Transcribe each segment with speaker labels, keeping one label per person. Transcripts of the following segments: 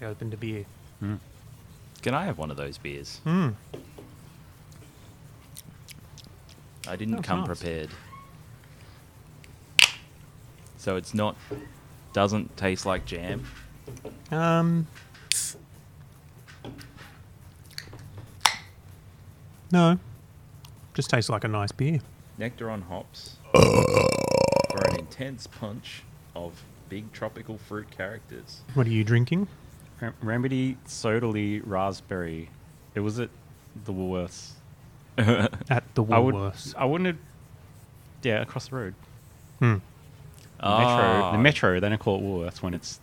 Speaker 1: I opened a beer.
Speaker 2: Can I have one of those beers?
Speaker 1: Hmm.
Speaker 2: I didn't
Speaker 1: That was
Speaker 2: come
Speaker 1: nice.
Speaker 2: prepared. So it's not doesn't taste like jam.
Speaker 1: Um. No. Just tastes like a nice beer.
Speaker 2: Nectar on hops for an intense punch of big tropical fruit characters.
Speaker 1: What are you drinking?
Speaker 3: Rem- Remedy Sodally Raspberry. It was at the Woolworths.
Speaker 1: At the
Speaker 3: I would.
Speaker 1: Woolworths.
Speaker 3: I wouldn't have. Yeah, across the road.
Speaker 1: Hmm.
Speaker 3: The metro. The metro. They don't call it Woolworths when it's.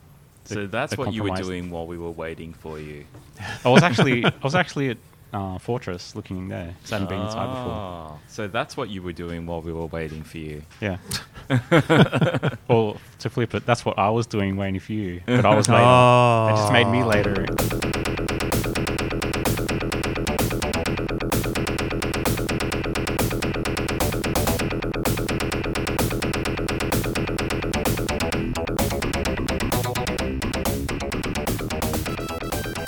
Speaker 2: Ah.
Speaker 3: the-
Speaker 2: so that's
Speaker 3: the
Speaker 2: what you were
Speaker 3: compromised-
Speaker 2: doing while we were waiting for you.
Speaker 3: I was actually. I was actually at uh, Fortress looking there. 'cause I hadn't been inside before.
Speaker 2: Ah, So that's what you were doing while we were waiting for you.
Speaker 3: Yeah. well, to flip it, that's what I was doing waiting for you, but I was later.
Speaker 1: Ah.
Speaker 3: It just made me later.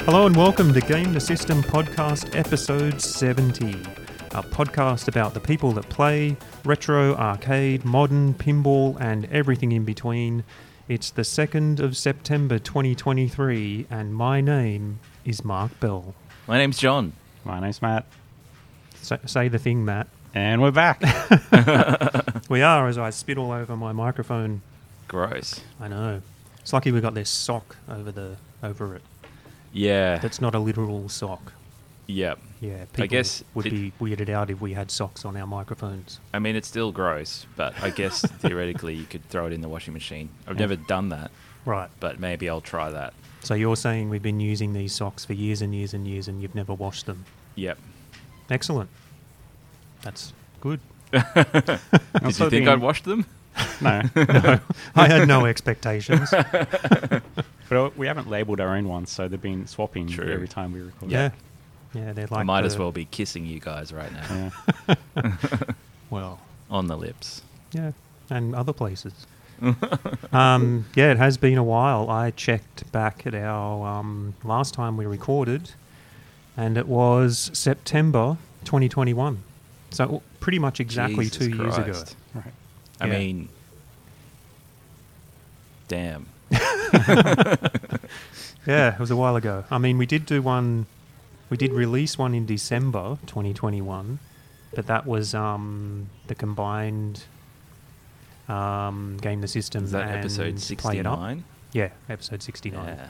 Speaker 1: Hello and welcome to Game the System Podcast Episode 70, a podcast about the people that play retro, arcade, modern, pinball, and everything in between. It's the 2nd of September 2023, and my name is Mark Bell.
Speaker 2: My name's John.
Speaker 3: My name's Matt,
Speaker 1: Sa say the thing, Matt.
Speaker 3: and we're back.
Speaker 1: We are, as I spit all over my microphone.
Speaker 2: Gross.
Speaker 1: I know. It's lucky we got this sock over the over it.
Speaker 2: Yeah.
Speaker 1: That's not a literal sock.
Speaker 2: yeah.
Speaker 1: Yeah, people
Speaker 2: guess
Speaker 1: would
Speaker 2: it-
Speaker 1: be weirded out if we had socks on our microphones.
Speaker 2: I mean, it's still gross, but I guess theoretically you could throw it in the washing machine. I've
Speaker 3: Yeah.
Speaker 2: never done that,
Speaker 1: Right.
Speaker 2: but maybe I'll try that.
Speaker 1: So you're saying we've been using these socks for years and years and years and you've never washed them.
Speaker 2: Yep.
Speaker 1: Excellent. That's good.
Speaker 3: I'm
Speaker 2: Did
Speaker 3: still
Speaker 2: you think
Speaker 3: being-
Speaker 2: I'd wash them?
Speaker 3: No,
Speaker 1: No, I had no expectations. Yeah.
Speaker 3: but uh, we haven't labelled our own ones, so they've been swapping
Speaker 2: True.
Speaker 3: every time we record.
Speaker 1: Yeah, they're like
Speaker 2: I might as
Speaker 1: the-
Speaker 2: well be kissing you guys right now
Speaker 3: Yeah.
Speaker 1: Well,
Speaker 2: on the lips.
Speaker 1: Yeah, and other places. um, yeah, it has been a while. I checked back at our um, last time we recorded, and it was September 2021. So pretty much exactly
Speaker 2: Jesus
Speaker 1: two years ago.
Speaker 2: Christ.
Speaker 3: Right.
Speaker 2: I
Speaker 1: Yeah.
Speaker 2: mean, damn.
Speaker 1: Yeah, it was a while ago. I mean, we did do one, we did release one in December 2021, but that was um, the combined um, game the system
Speaker 2: Is that
Speaker 1: and
Speaker 2: episode
Speaker 1: play it up.
Speaker 2: 69?
Speaker 1: Yeah, episode 69.
Speaker 2: Yeah.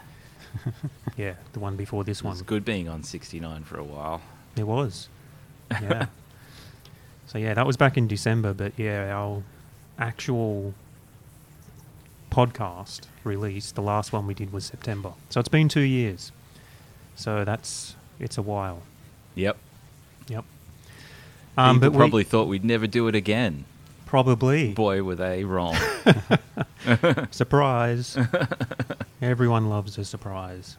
Speaker 1: Yeah, the one before this
Speaker 2: It
Speaker 1: one.
Speaker 2: was good being on 69 for a while.
Speaker 1: It was. Yeah. so yeah, that was back in December, but yeah, our actual podcast release, the last one we did was September. So it's been two years. So that's it's a while.
Speaker 2: Yep.
Speaker 1: Yep. Um,
Speaker 2: People
Speaker 1: but we-
Speaker 2: probably thought we'd never do it again.
Speaker 1: probably
Speaker 2: Boy, were they wrong.
Speaker 1: surprise. Everyone loves a surprise.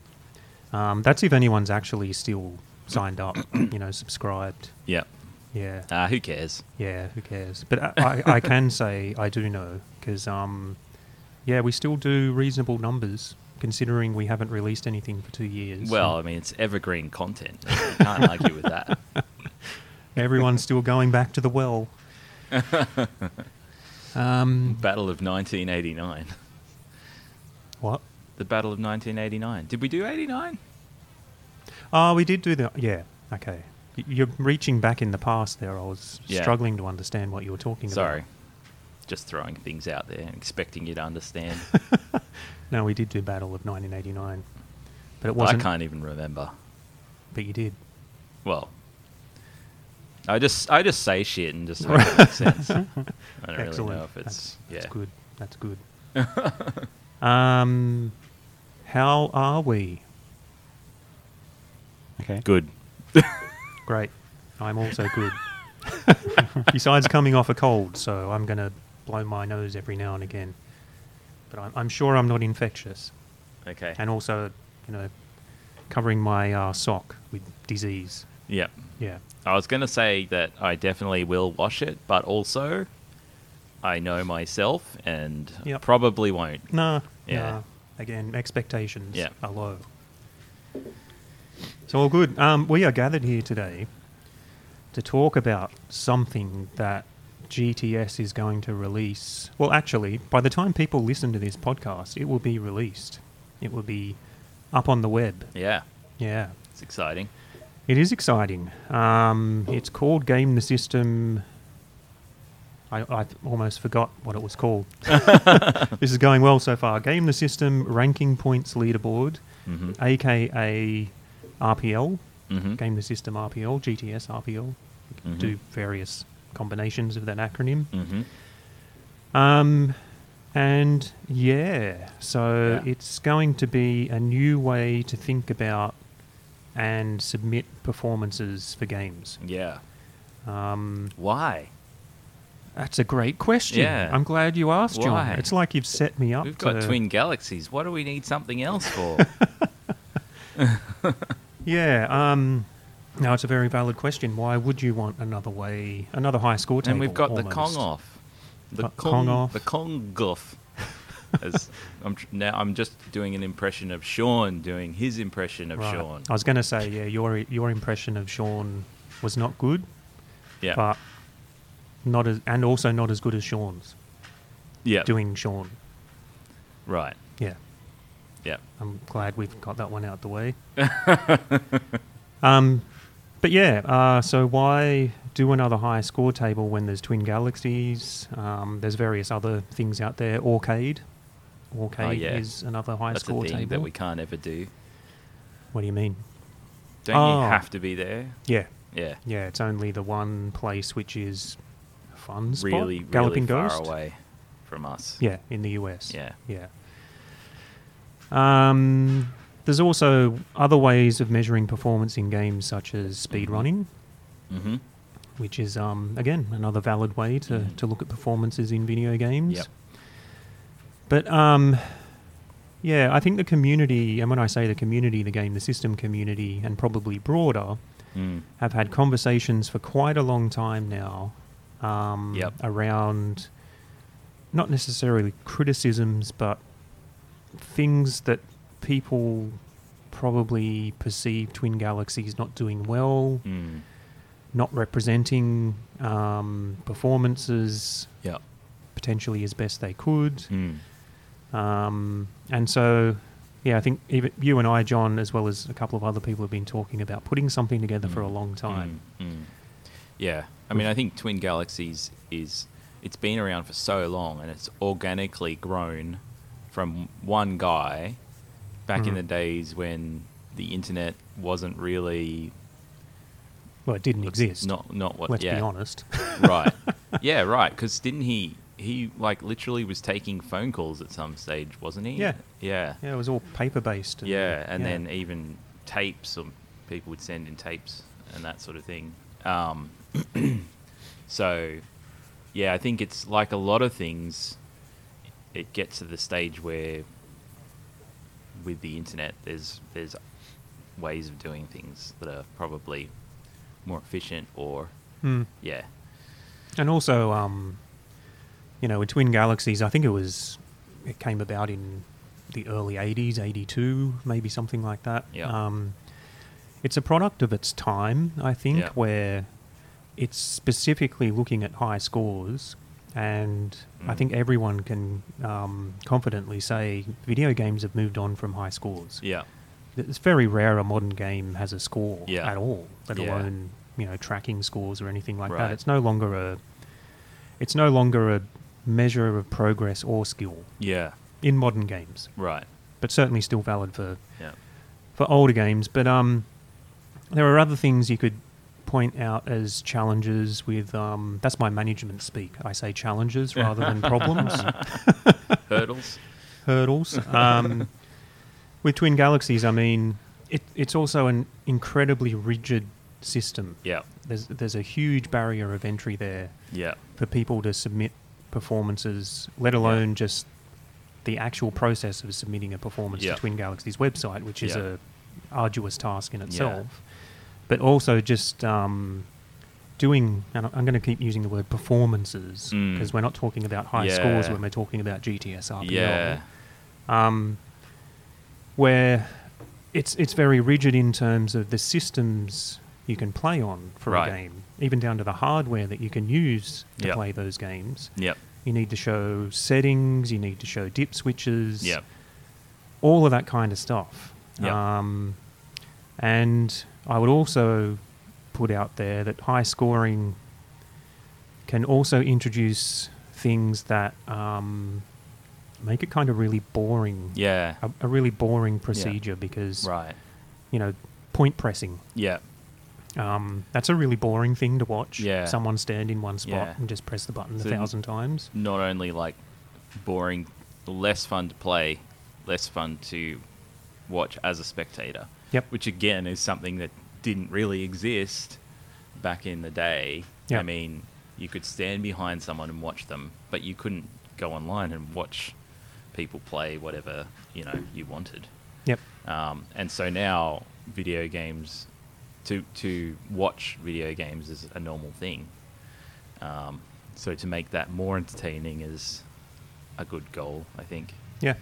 Speaker 1: Um, that's if anyone's actually still signed up, you know, subscribed.
Speaker 2: yep.
Speaker 1: Yeah.
Speaker 2: Ah, who cares?
Speaker 1: Yeah, who cares? But I, I, I can say I do know because, um, yeah, we still do reasonable numbers considering we haven't released anything for two years.
Speaker 2: Well, I mean, it's evergreen content. You can't argue with that.
Speaker 1: everyone's still going back to the well. um,
Speaker 2: Battle of 1989.
Speaker 1: what?
Speaker 2: The Battle of 1989. Did we do 89?
Speaker 1: Oh, we did do the. Yeah, okay. Y- You're reaching back in the past there. I was
Speaker 2: Yeah.
Speaker 1: struggling to understand what you were talking
Speaker 2: Sorry.
Speaker 1: about.
Speaker 2: Just throwing things out there and expecting you to understand.
Speaker 1: No, we did do Battle of 1989. But it
Speaker 2: I
Speaker 1: wasn't.
Speaker 2: can't even remember.
Speaker 1: But you did.
Speaker 2: Well, I just I just say shit and just hope it makes sense. I don't really know if it's
Speaker 1: that's, that's
Speaker 2: yeah.
Speaker 1: good. That's good. um, how are we?
Speaker 3: Okay.
Speaker 2: Good.
Speaker 1: Great. I'm also good. Besides coming off a cold, so I'm going to blow my nose every now and again. But I'm, I'm sure I'm not infectious.
Speaker 2: Okay.
Speaker 1: And also, you know, covering my uh, sock with disease.
Speaker 2: Yep.
Speaker 1: Yeah.
Speaker 2: I was gonna say that I definitely will wash it, but also I know myself and
Speaker 1: Yep.
Speaker 2: probably won't.
Speaker 1: Nah.
Speaker 2: Yeah.
Speaker 1: Nah. Again, expectations
Speaker 2: Yeah.
Speaker 1: are low. So all good. Um, we are gathered here today to talk about something that GTS is going to release. Well, actually, by the time people listen to this podcast, it will be released. It will be up on the web.
Speaker 2: Yeah,
Speaker 1: Yeah,
Speaker 2: it's exciting.
Speaker 1: it is exciting. Um, it's called Game the System. I, I almost forgot what it was called. this is going well so far. Game the System Ranking Points Leaderboard,
Speaker 2: Mm-hmm.
Speaker 1: aka RPL.
Speaker 2: Mm-hmm.
Speaker 1: Game the System RPL, GTS RPL. You can
Speaker 2: Mhm.
Speaker 1: do various combinations of that acronym.
Speaker 2: Mm-hmm.
Speaker 1: Um, and yeah, so
Speaker 2: Yeah.
Speaker 1: it's going to be a new way to think about and submit performances for games.
Speaker 2: Yeah.
Speaker 1: Um,
Speaker 2: Why?
Speaker 1: that's a great question.
Speaker 2: Yeah.
Speaker 1: I'm glad you asked, John.
Speaker 2: Why?
Speaker 1: It's like you've set me up.
Speaker 2: We've got
Speaker 1: to-
Speaker 2: twin galaxies. What do we need something else for?
Speaker 1: Yeah. Um, no, it's a very valid question. Why would you want another way, another high score table?
Speaker 2: and we've got the Kong
Speaker 1: almost?
Speaker 2: off. The
Speaker 1: Uh, Kong off.
Speaker 2: The Kong guff. As I'm tr- now, I'm just doing an impression of Sean doing his impression of
Speaker 1: Right.
Speaker 2: Sean.
Speaker 1: I was going to say, yeah, your your impression of Sean was not good,
Speaker 2: Yeah.
Speaker 1: but not as and also not as good as Sean's
Speaker 2: yeah.
Speaker 1: doing Sean.
Speaker 2: Right.
Speaker 1: Yeah,
Speaker 2: Yeah.
Speaker 1: I'm glad we've got that one out the way. um, but yeah, uh, so why do another high score table when there's twin galaxies? Um, there's various other things out there. Orcade, Orcade
Speaker 2: Oh, yeah.
Speaker 1: is another high
Speaker 2: That's a
Speaker 1: score
Speaker 2: thing
Speaker 1: table.
Speaker 2: that we can't ever do.
Speaker 1: What do you mean?
Speaker 2: Don't
Speaker 1: Oh.
Speaker 2: you have to be there?
Speaker 1: Yeah,
Speaker 2: Yeah.
Speaker 1: Yeah, it's only the one place which is a fun spot.
Speaker 2: Really,
Speaker 1: Galloping
Speaker 2: really far
Speaker 1: Ghost.
Speaker 2: away from us.
Speaker 1: Yeah, in the US.
Speaker 2: Yeah.
Speaker 1: Yeah. Um, there's also other ways of measuring performance in games, such as speedrunning,
Speaker 2: Mm-hmm.
Speaker 1: which is, um, again, another valid way to,
Speaker 2: Mhm.
Speaker 1: to look at performances in video games.
Speaker 2: Yep.
Speaker 1: But um, yeah, I think the community, and when I say the community, the game, the system community, and probably broader,
Speaker 2: Mm.
Speaker 1: have had conversations for quite a long time now um,
Speaker 2: Yep.
Speaker 1: around not necessarily criticisms, but things that people probably perceive Twin Galaxies not doing well,
Speaker 2: Mm.
Speaker 1: not representing um, performances
Speaker 2: Yep.
Speaker 1: potentially as best they could.
Speaker 2: Mm.
Speaker 1: Um, and so, yeah, I think even you and I, John, as well as a couple of other people, have been talking about putting something together for a long time.
Speaker 2: Mm, mm. Yeah, I mean, I think Twin Galaxies is it's been around for so long, and it's organically grown from one guy back in
Speaker 1: Mm.
Speaker 2: the days when the internet wasn't really
Speaker 1: Well, it didn't exist.
Speaker 2: not not what
Speaker 1: Let's
Speaker 2: yeah
Speaker 1: be honest.
Speaker 2: right yeah right because didn't he he like literally was taking phone calls at some stage wasn't he
Speaker 1: Yeah.
Speaker 2: yeah
Speaker 1: yeah, it was all paper based.
Speaker 2: Yeah, and then e even tapes, or people would send in tapes and that sort of thing. Um, so, yeah, I think it's like a lot of things, it gets to the stage where with the internet, there's, there's ways of doing things that are probably more efficient or,
Speaker 1: Mm.
Speaker 2: yeah.
Speaker 1: and also, um, you know, with Twin Galaxies, I think it was it came about in the early '80s, '82, maybe something like that.
Speaker 2: Yeah.
Speaker 1: Um, it's a product of its time, I think,
Speaker 2: Yeah.
Speaker 1: where it's specifically looking at high scores, and I
Speaker 2: Mm.
Speaker 1: think everyone can um, confidently say video games have moved on from high scores.
Speaker 2: Yeah.
Speaker 1: it's very rare a modern game has a score
Speaker 2: Yeah.
Speaker 1: at all, let
Speaker 2: Yeah.
Speaker 1: alone you know tracking scores or anything like
Speaker 2: Right.
Speaker 1: that. It's no longer a it's no longer a measure of progress or skill
Speaker 2: Yeah.
Speaker 1: in modern games,
Speaker 2: Right.
Speaker 1: but certainly still valid for
Speaker 2: Yeah.
Speaker 1: for older games. But um, there are other things you could point out as challenges with um, that's my management speak. I say challenges rather than problems
Speaker 2: Hurdles.
Speaker 1: hurdles. Um, with Twin Galaxies, I mean, it, it's also an incredibly rigid system.
Speaker 2: Yeah.
Speaker 1: There's there's a huge barrier of entry there
Speaker 2: Yeah.
Speaker 1: for people to submit performances, let alone just the actual process of submitting a performance
Speaker 2: Yeah.
Speaker 1: to Twin Galaxies website, which is
Speaker 2: Yeah.
Speaker 1: a arduous task in itself. But also just um, doing, and I'm going to keep using the word performances
Speaker 2: Mm.
Speaker 1: because we're not talking about high scores
Speaker 2: Yeah.
Speaker 1: when we're talking about GTS RPL
Speaker 2: Yeah.
Speaker 1: um, where it's it's very rigid in terms of the systems you can play on for
Speaker 2: Right.
Speaker 1: a game, even down to the hardware that you can use to
Speaker 2: Yep.
Speaker 1: play those games.
Speaker 2: Yep.
Speaker 1: You need to show settings, you need to show dip switches,
Speaker 2: Yep.
Speaker 1: all of that kind of stuff.
Speaker 2: Yep.
Speaker 1: Um, and I would also put out there that high scoring can also introduce things that um, make it kind of really boring.
Speaker 2: Yeah.
Speaker 1: A, a really boring procedure because,
Speaker 2: Right.
Speaker 1: you know, point pressing.
Speaker 2: Yeah.
Speaker 1: Um, that's a really boring thing to watch.
Speaker 2: Yeah.
Speaker 1: Someone stand in one spot
Speaker 2: Yeah.
Speaker 1: and just press the button
Speaker 2: So-
Speaker 1: a thousand times.
Speaker 2: Not only like boring, less fun to play, less fun to watch as a spectator.
Speaker 1: Yep.
Speaker 2: Which again is something that didn't really exist back in the day.
Speaker 1: Yeah.
Speaker 2: I mean, you could stand behind someone and watch them, but you couldn't go online and watch people play whatever, you know, you wanted.
Speaker 1: Yep.
Speaker 2: Um, and so now, video games, to to watch video games is a normal thing. Um, so to make that more entertaining is a good goal, I think.
Speaker 1: Yeah.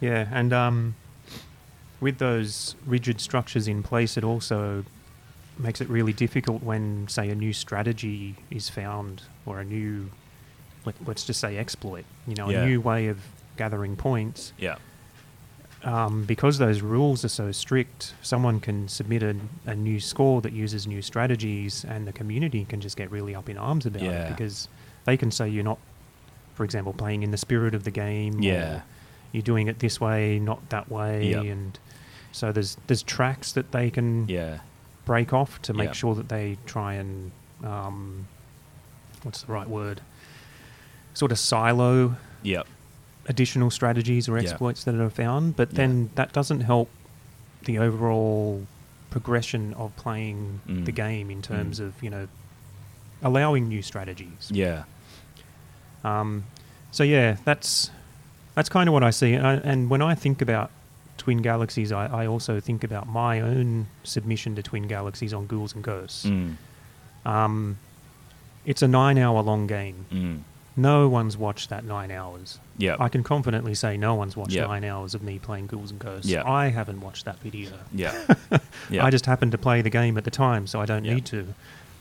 Speaker 1: Yeah, and um, with those rigid structures in place, it also makes it really difficult when, say, a new strategy is found or a new, let, let's just say, exploit. You know,
Speaker 2: Yeah.
Speaker 1: a new way of gathering points.
Speaker 2: Yeah.
Speaker 1: Um, because those rules are so strict, someone can submit a, a new score that uses new strategies, and the community can just get really up in arms about
Speaker 2: Yeah.
Speaker 1: it because they can say you're not, for example, playing in the spirit of the game.
Speaker 2: Yeah.
Speaker 1: Or you're doing it this way, not that way,
Speaker 2: Yep.
Speaker 1: and so there's there's tracks that they can
Speaker 2: Yeah.
Speaker 1: break off to make
Speaker 2: Yep.
Speaker 1: sure that they try and um, what's the right word? Sort of silo
Speaker 2: Yeah.
Speaker 1: additional strategies or
Speaker 2: Yeah.
Speaker 1: exploits that are found, but
Speaker 2: Yeah.
Speaker 1: then that doesn't help the overall progression of playing
Speaker 2: Mm.
Speaker 1: the game in terms
Speaker 2: Mm.
Speaker 1: of you know allowing new strategies.
Speaker 2: Yeah.
Speaker 1: Um, so yeah, that's that's kind of what I see, and, I, and when I think about Twin Galaxies, I, I also think about my own submission to Twin Galaxies on Ghouls and Ghosts.
Speaker 2: Mm.
Speaker 1: Um, it's a nine-hour-long game.
Speaker 2: Mm.
Speaker 1: No one's watched that nine hours.
Speaker 2: Yeah.
Speaker 1: I can confidently say no one's watched
Speaker 2: Yeah.
Speaker 1: nine hours of me playing Ghouls and Ghosts.
Speaker 2: Yeah.
Speaker 1: I haven't watched that video.
Speaker 2: Yeah. yeah.
Speaker 1: I just happened to play the game at the time, so I don't
Speaker 2: Yeah.
Speaker 1: need to.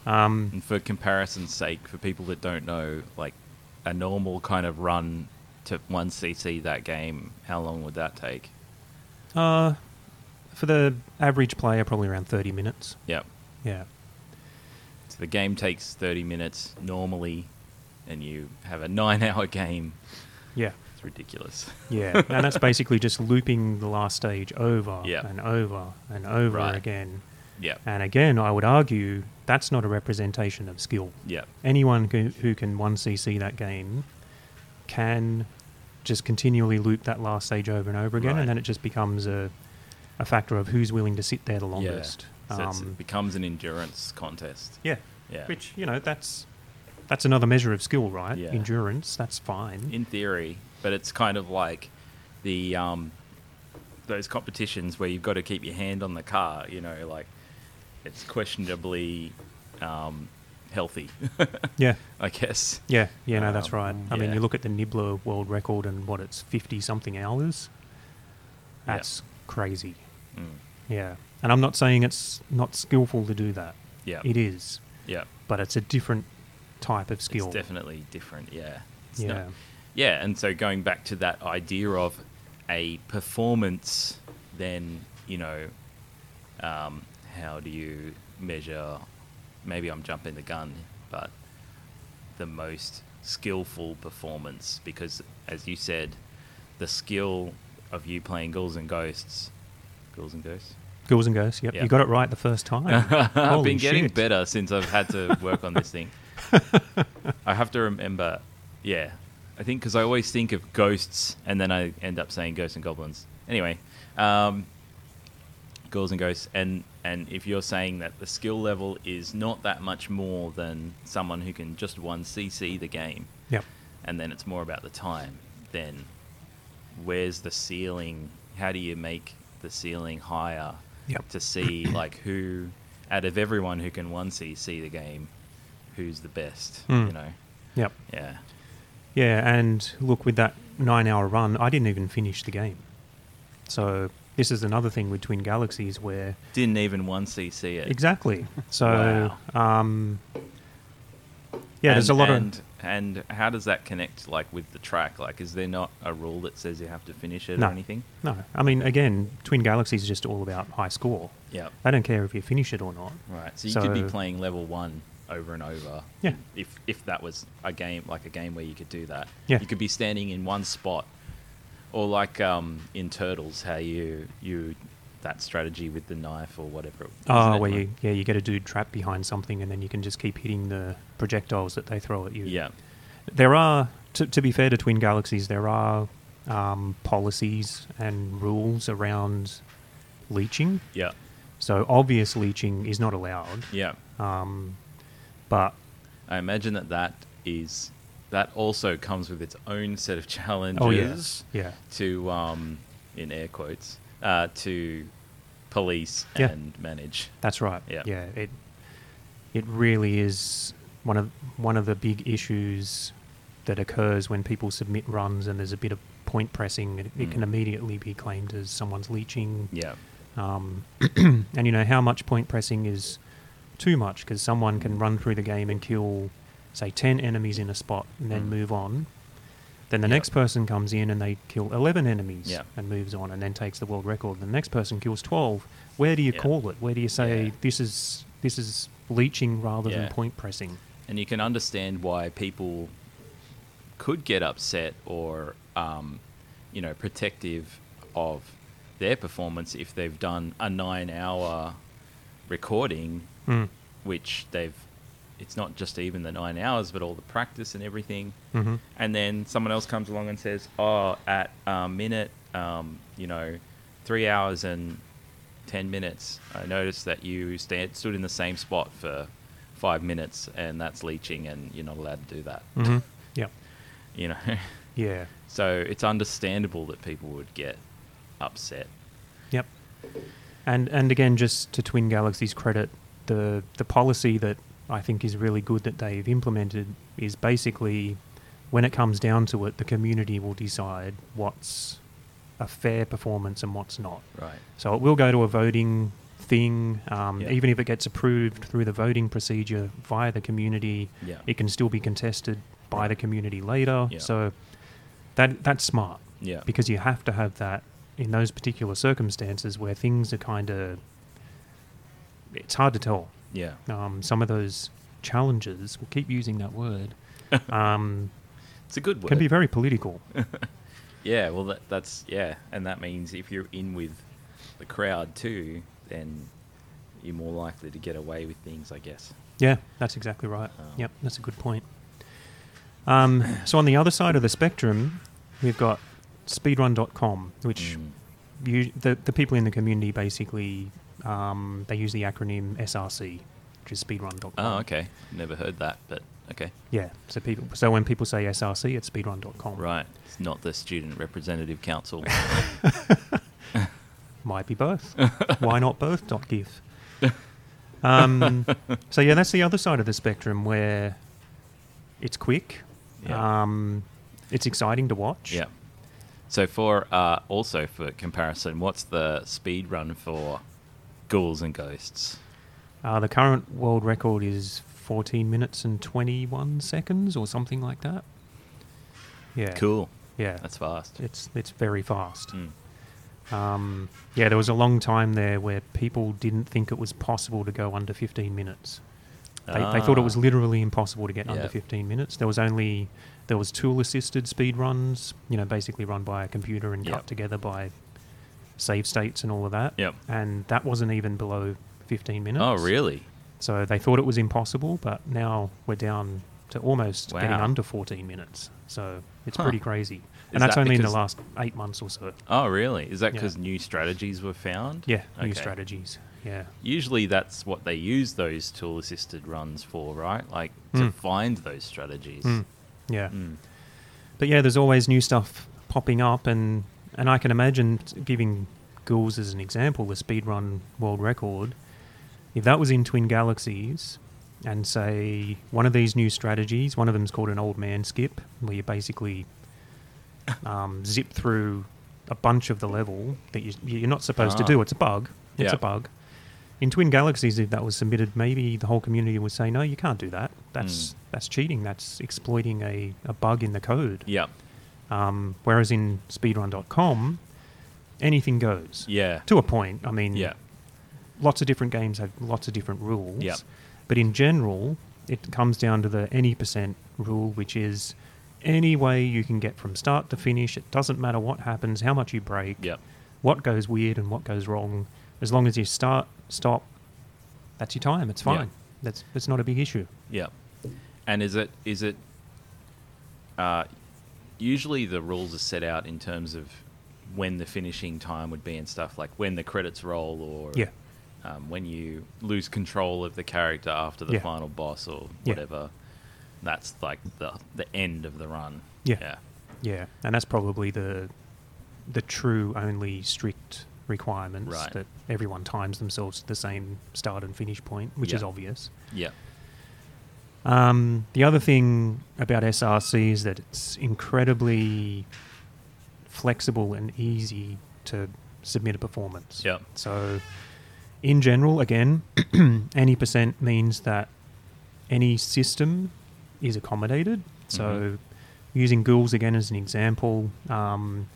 Speaker 1: Um,
Speaker 2: And for comparison's sake, for people that don't know, like a normal kind of run to one CC that game, how long would that take?
Speaker 1: uh, for the average player, probably around 30 minutes.
Speaker 2: Yeah.
Speaker 1: Yeah.
Speaker 2: So the game takes 30 minutes normally, and you have a nine hour game.
Speaker 1: Yeah.
Speaker 2: It's ridiculous.
Speaker 1: Yeah. and that's basically just looping the last stage over
Speaker 2: Yeah.
Speaker 1: and over and over
Speaker 2: Right.
Speaker 1: again.
Speaker 2: yeah.
Speaker 1: And again, I would argue that's not a representation of skill.
Speaker 2: Yeah.
Speaker 1: anyone who, who can 1cc that game can just continually loop that last stage over and over again,
Speaker 2: Right.
Speaker 1: and then it just becomes a, a factor of who's willing to sit there the longest.
Speaker 2: So it's,
Speaker 1: Um,
Speaker 2: it becomes an endurance contest.
Speaker 1: yeah.
Speaker 2: Yeah.
Speaker 1: which you know that's that's another measure of skill, right?
Speaker 2: Yeah.
Speaker 1: Endurance, that's fine.
Speaker 2: In theory, but it's kind of like the um, those competitions where you've got to keep your hand on the car. You know, like it's questionably um, healthy,
Speaker 1: yeah,
Speaker 2: I guess.
Speaker 1: yeah, yeah. No, that's
Speaker 2: Um,
Speaker 1: right. I mean,
Speaker 2: yeah.
Speaker 1: you look at the Nibbler world record and what it's fifty something hours.
Speaker 2: Yeah.
Speaker 1: That's crazy.
Speaker 2: Mm.
Speaker 1: Yeah, and I'm not saying it's not skillful to do that.
Speaker 2: Yeah.
Speaker 1: It is,
Speaker 2: Yeah.
Speaker 1: but it's a different type of skill.
Speaker 2: It's definitely different. Yeah. It's
Speaker 1: yeah,
Speaker 2: not- Yeah, and so going back to that idea of a performance, then you know, um, how do you measure? Maybe I'm jumping the gun, but the most skillful performance, because as you said, the skill of you playing Ghouls and Ghosts, Ghouls and Ghosts.
Speaker 1: ghouls and ghosts. Yep,
Speaker 2: Yeah.
Speaker 1: you got it right the first time.
Speaker 2: I've
Speaker 1: Holy
Speaker 2: been getting
Speaker 1: shit.
Speaker 2: better since I've had to work on this thing. I have to remember, yeah. I think because I always think of ghosts and then I end up saying ghosts and goblins. Anyway, um, ghouls and ghosts. And, and if you're saying that the skill level is not that much more than someone who can just 1cc the game,
Speaker 1: Yep,
Speaker 2: and then it's more about the time, then where's the ceiling? How do you make the ceiling higher?
Speaker 1: yep,
Speaker 2: to see like who out of everyone who can one CC the game, who's the best.
Speaker 1: Mm.
Speaker 2: You know,
Speaker 1: yep.
Speaker 2: yeah,
Speaker 1: Yeah, and look with that nine-hour run, I didn't even finish the game. So This is another thing with Twin Galaxies where
Speaker 2: Didn't even one CC it.
Speaker 1: exactly. So, um, yeah, there's a
Speaker 2: And-
Speaker 1: lot
Speaker 2: and,
Speaker 1: of
Speaker 2: And how does that connect, like, with the track? Like, is there not a rule that says you have to finish it
Speaker 1: No.
Speaker 2: or anything?
Speaker 1: no. I mean, again, Twin Galaxies is just all about high score.
Speaker 2: Yeah.
Speaker 1: They don't care if you finish it or not.
Speaker 2: Right. So you could be
Speaker 1: So-
Speaker 2: playing level one over and over.
Speaker 1: Yeah.
Speaker 2: If if that was a game like a game where you could do that.
Speaker 1: Yeah.
Speaker 2: You could be standing in one spot, or like um, in Turtles, how you you that strategy with the knife or whatever. it- isn't
Speaker 1: Oh,
Speaker 2: it
Speaker 1: where
Speaker 2: like-
Speaker 1: you yeah you get a dude trapped behind something and then you can just keep hitting the projectiles that they throw at you.
Speaker 2: Yeah.
Speaker 1: there are to, to be fair to Twin Galaxies, there are um, policies and rules around leeching.
Speaker 2: Yeah.
Speaker 1: So obvious leeching is not allowed,
Speaker 2: Yeah.
Speaker 1: Ah. but
Speaker 2: I imagine that that is that also comes with its own set of challenges.
Speaker 1: oh yes, yeah,
Speaker 2: To um, in air quotes, uh, to police
Speaker 1: Yeah.
Speaker 2: and manage.
Speaker 1: that's right.
Speaker 2: Yeah.
Speaker 1: yeah, it it really is one of one of the big issues that occurs when people submit runs and there's a bit of point pressing. It, it can
Speaker 2: Mm.
Speaker 1: immediately be claimed as someone's leeching.
Speaker 2: Yeah.
Speaker 1: Um, and you know how much point pressing is too much because someone can run through the game and kill, say, ten enemies in a spot and then
Speaker 2: Mm.
Speaker 1: move on. Then the next person comes in and they kill eleven enemies
Speaker 2: Yeah.
Speaker 1: and moves on and then takes the world record. The next person kills twelve. Where do you
Speaker 2: Yeah.
Speaker 1: call it? Where do you say
Speaker 2: Yeah.
Speaker 1: this is this is leeching rather
Speaker 2: Yeah.
Speaker 1: than point pressing?
Speaker 2: and you can understand why people could get upset or um, you know protective of their performance if they've done a nine hour recording
Speaker 1: Mm.
Speaker 2: which they've it's not just even the nine hours but all the practice and everything
Speaker 1: hmm
Speaker 2: and then someone else comes along and says oh at a minute um, you know three hours and 10 minutes i noticed that you stand, stood in the same spot for five minutes and that's leeching and you're not allowed to do that
Speaker 1: hmm Yeah.
Speaker 2: you know
Speaker 1: Yeah.
Speaker 2: so it's understandable that people would get upset
Speaker 1: Yep. And and again, just to Twin Galaxy's credit, the the policy that I think is really good that they've implemented is basically, when it comes down to it, the community will decide what's a fair performance and what's not.
Speaker 2: right
Speaker 1: So it will go to a voting thing, um,
Speaker 2: Yeah.
Speaker 1: even if it gets approved through the voting procedure via the community.
Speaker 2: Yeah.
Speaker 1: It can still be contested by the community later.
Speaker 2: Yeah.
Speaker 1: So that that's smart
Speaker 2: yeah
Speaker 1: because you have to have that in those particular circumstances where things are kind of it's hard to tell
Speaker 2: yeah
Speaker 1: um, some of those challenges we'll keep using that word um,
Speaker 2: it's a good word
Speaker 1: can be very political
Speaker 2: Yeah, well, that, that's yeah, and that means if you're in with the crowd too, then you're more likely to get away with things, I guess.
Speaker 1: yeah that's exactly right
Speaker 2: Um,
Speaker 1: yep that's a good point um, so on the other side of the spectrum we've got speedrun.com which
Speaker 2: Mm.
Speaker 1: you, the, the people in the community basically um, they use the acronym src which is speedrun.com
Speaker 2: Oh, okay. Never heard that, but okay.
Speaker 1: Yeah. So people. So when people say SRC, it's speedrun.com.
Speaker 2: Right. It's not the student representative council.
Speaker 1: Might be both. Why not both? Dot gif. Um, so yeah, that's the other side of the spectrum where it's quick.
Speaker 2: Yeah.
Speaker 1: Um, it's exciting to watch.
Speaker 2: yeah. So for uh, also for comparison, what's the speed run for Ghouls and Ghosts?
Speaker 1: Uh, the current world record is 14 minutes and 21 seconds or something like that. Yeah.
Speaker 2: Cool.
Speaker 1: Yeah.
Speaker 2: That's fast.
Speaker 1: it's it's very fast.
Speaker 2: Mm.
Speaker 1: Um, yeah, there was a long time there where people didn't think it was possible to go under 15 minutes. They, they thought it
Speaker 2: Ah.
Speaker 1: was literally impossible to get under
Speaker 2: Yep.
Speaker 1: 15 minutes. There was only there was tool assisted speed runs, you know, basically run by a computer and
Speaker 2: Yep.
Speaker 1: cut together by save states and all of that.
Speaker 2: Yep.
Speaker 1: And that wasn't even below 15 minutes.
Speaker 2: Oh, really?
Speaker 1: So they thought it was impossible, but now we're down to almost getting
Speaker 2: Wow.
Speaker 1: under 14 minutes. So it's
Speaker 2: Huh.
Speaker 1: pretty crazy.
Speaker 2: Is
Speaker 1: and that's
Speaker 2: that
Speaker 1: only in the
Speaker 2: because-
Speaker 1: last 8 months or so.
Speaker 2: Oh, really? Is that
Speaker 1: Yeah.
Speaker 2: because new strategies were found?
Speaker 1: Yeah, new
Speaker 2: Okay.
Speaker 1: strategies. Yeah.
Speaker 2: usually that's what they use those tool assisted runs for, right? Like to
Speaker 1: Mm.
Speaker 2: find those strategies.
Speaker 1: Mm. Yeah.
Speaker 2: Mm.
Speaker 1: But yeah, there's always new stuff popping up, and and I can imagine t- giving Ghouls as an example, the speedrun world record. If that was in Twin Galaxies, and say one of these new strategies, one of them's called an old man skip, where you basically um, zip through a bunch of the level that you, you're not supposed to
Speaker 2: Ah.
Speaker 1: do. It's a bug. It's
Speaker 2: Yeah.
Speaker 1: a bug. In Twin Galaxies, if that was submitted, maybe the whole community would say, "No, you can't do that. That's
Speaker 2: Mm.
Speaker 1: that's cheating. That's exploiting a, a bug in the code."
Speaker 2: Yeah.
Speaker 1: Um, whereas in Speedrun.com, anything goes
Speaker 2: Yeah.
Speaker 1: to a point. I mean,
Speaker 2: Yeah.
Speaker 1: lots of different games have lots of different rules.
Speaker 2: Yep.
Speaker 1: But in general, it comes down to the any percent rule, which is any way you can get from start to finish. It doesn't matter what happens, how much you break,
Speaker 2: Yeah.
Speaker 1: what goes weird and what goes wrong. As long as you start, stop, that's your time. It's
Speaker 2: Yeah.
Speaker 1: fine. That's that's not a big issue.
Speaker 2: Yeah. And is it is it uh, usually the rules are set out in terms of when the finishing time would be and stuff like when the credits roll or
Speaker 1: Yeah.
Speaker 2: um, when you lose control of the character after the
Speaker 1: Yeah.
Speaker 2: final boss or
Speaker 1: Yeah.
Speaker 2: whatever. That's like the the end of the run.
Speaker 1: Yeah.
Speaker 2: Yeah.
Speaker 1: Yeah, and that's probably the the true only strict requirements
Speaker 2: Right.
Speaker 1: that everyone times themselves to the same start and finish point, which is
Speaker 2: Yeah.
Speaker 1: obvious.
Speaker 2: Yeah.
Speaker 1: Um, the other thing about SRC is that it's incredibly flexible and easy to submit a performance.
Speaker 2: Yep.
Speaker 1: So, in general, again, any percent means that any system is accommodated. So, using ghouls again as an example, um,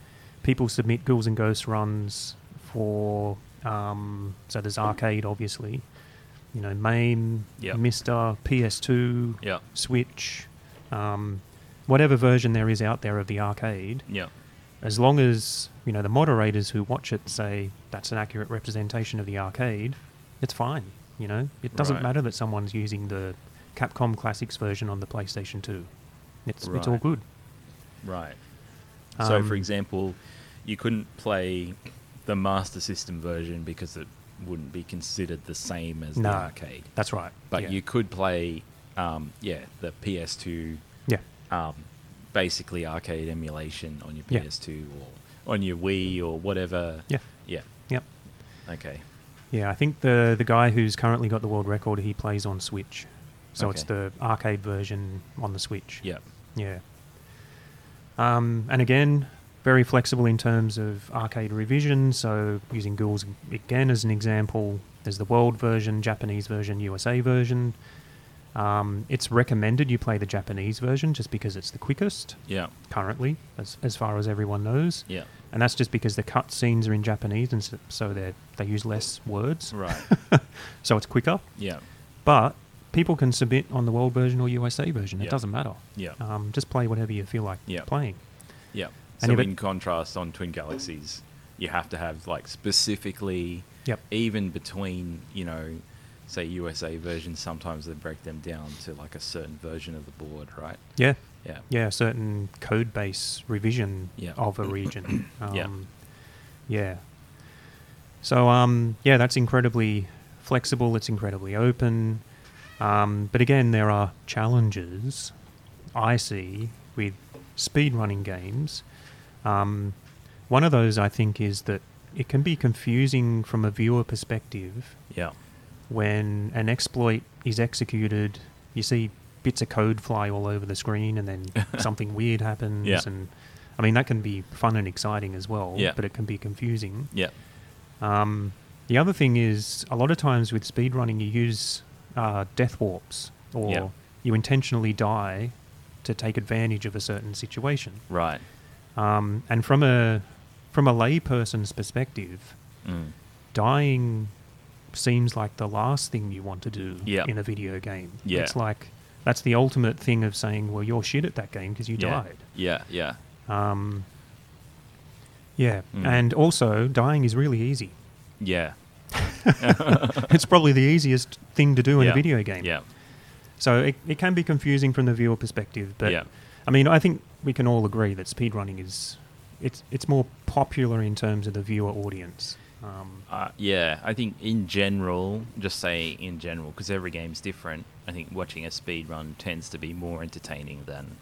Speaker 1: people submit ghouls and ghosts runs for. Um, so there's arcade, obviously. You know, MAME,
Speaker 2: Yep.
Speaker 1: Mister, PS2,
Speaker 2: Yeah.
Speaker 1: Switch, um, whatever version there is out there of the arcade,
Speaker 2: Yeah.
Speaker 1: as long as you know the moderators who watch it say that's an accurate representation of the arcade, it's fine. You know, it doesn't
Speaker 2: Right.
Speaker 1: matter that someone's using the Capcom Classics version on the PlayStation 2. It's it's all
Speaker 2: Right.
Speaker 1: good.
Speaker 2: Right. so,
Speaker 1: Um,
Speaker 2: for example, you couldn't play the Master System version because it wouldn't be considered the same as
Speaker 1: No.
Speaker 2: the arcade.
Speaker 1: That's right.
Speaker 2: But
Speaker 1: yeah.
Speaker 2: you could play, um, yeah, the PS2,
Speaker 1: yeah,
Speaker 2: um, basically arcade emulation on your
Speaker 1: Yeah.
Speaker 2: PS2 or on your Wii or whatever.
Speaker 1: yeah,
Speaker 2: Yeah.
Speaker 1: yep,
Speaker 2: Okay.
Speaker 1: yeah. I think the the guy who's currently got the world record, he plays on Switch, so it's
Speaker 2: Okay.
Speaker 1: the arcade version on the Switch.
Speaker 2: Yeah.
Speaker 1: Yeah. Um, and again, very flexible in terms of arcade revision. So using Ghouls again as an example, there's the world version, Japanese version, USA version. Um, it's recommended you play the Japanese version just because it's the quickest
Speaker 2: Yeah.
Speaker 1: currently, as, as far as everyone knows.
Speaker 2: Yeah.
Speaker 1: And that's just because the cut scenes are in Japanese, and s- so they they use less words,
Speaker 2: Right.
Speaker 1: so it's quicker.
Speaker 2: yeah.
Speaker 1: But people can submit on the world version or USA version. It
Speaker 2: Yeah.
Speaker 1: doesn't matter.
Speaker 2: Yeah.
Speaker 1: Um, just play whatever you feel like
Speaker 2: Yeah.
Speaker 1: playing.
Speaker 2: Yeah.
Speaker 1: And
Speaker 2: So
Speaker 1: if it-
Speaker 2: in contrast, on Twin Galaxies, you have to have like specifically,
Speaker 1: Yep.
Speaker 2: even between you know, say USA versions, sometimes they break them down to like a certain version of the board, right?
Speaker 1: Yeah.
Speaker 2: Yeah.
Speaker 1: Yeah. Certain code base revision
Speaker 2: Yeah.
Speaker 1: of a region. Um,
Speaker 2: Yeah.
Speaker 1: yeah. So, um, yeah, that's incredibly flexible. It's incredibly open. Um, but again, there are challenges I see with speedrunning games. Um, one of those, I think, is that it can be confusing from a viewer perspective
Speaker 2: Yeah.
Speaker 1: when an exploit is executed, you see bits of code fly all over the screen, and then something weird happens.
Speaker 2: Yeah.
Speaker 1: And I mean, that can be fun and exciting as well,
Speaker 2: Yeah.
Speaker 1: but it can be confusing.
Speaker 2: Yeah.
Speaker 1: Um, the other thing is, a lot of times with speedrunning, you use uh, death warps, or
Speaker 2: Yeah.
Speaker 1: you intentionally die to take advantage of a certain situation.
Speaker 2: Right.
Speaker 1: Um, and from a from a layperson's perspective,
Speaker 2: Mm.
Speaker 1: dying seems like the last thing you want to do
Speaker 2: Yeah.
Speaker 1: in a video game.
Speaker 2: Yeah.
Speaker 1: It's like that's the ultimate thing of saying, well, you're shit at that game because you
Speaker 2: yeah.
Speaker 1: died.
Speaker 2: Yeah. Yeah.
Speaker 1: Um, yeah.
Speaker 2: Mm.
Speaker 1: And also, dying is really easy.
Speaker 2: Yeah.
Speaker 1: it's probably the easiest thing to do in
Speaker 2: yeah.
Speaker 1: a video game.
Speaker 2: Yeah.
Speaker 1: So it, it can be confusing from the viewer perspective, but
Speaker 2: Yeah.
Speaker 1: I mean, I think we can all agree that speedrunning is it's it's more popular in terms of the viewer audience. Um,
Speaker 2: Uh, yeah, I think in general, just say in general, because every game's different. I think watching a speed run tends to be more entertaining than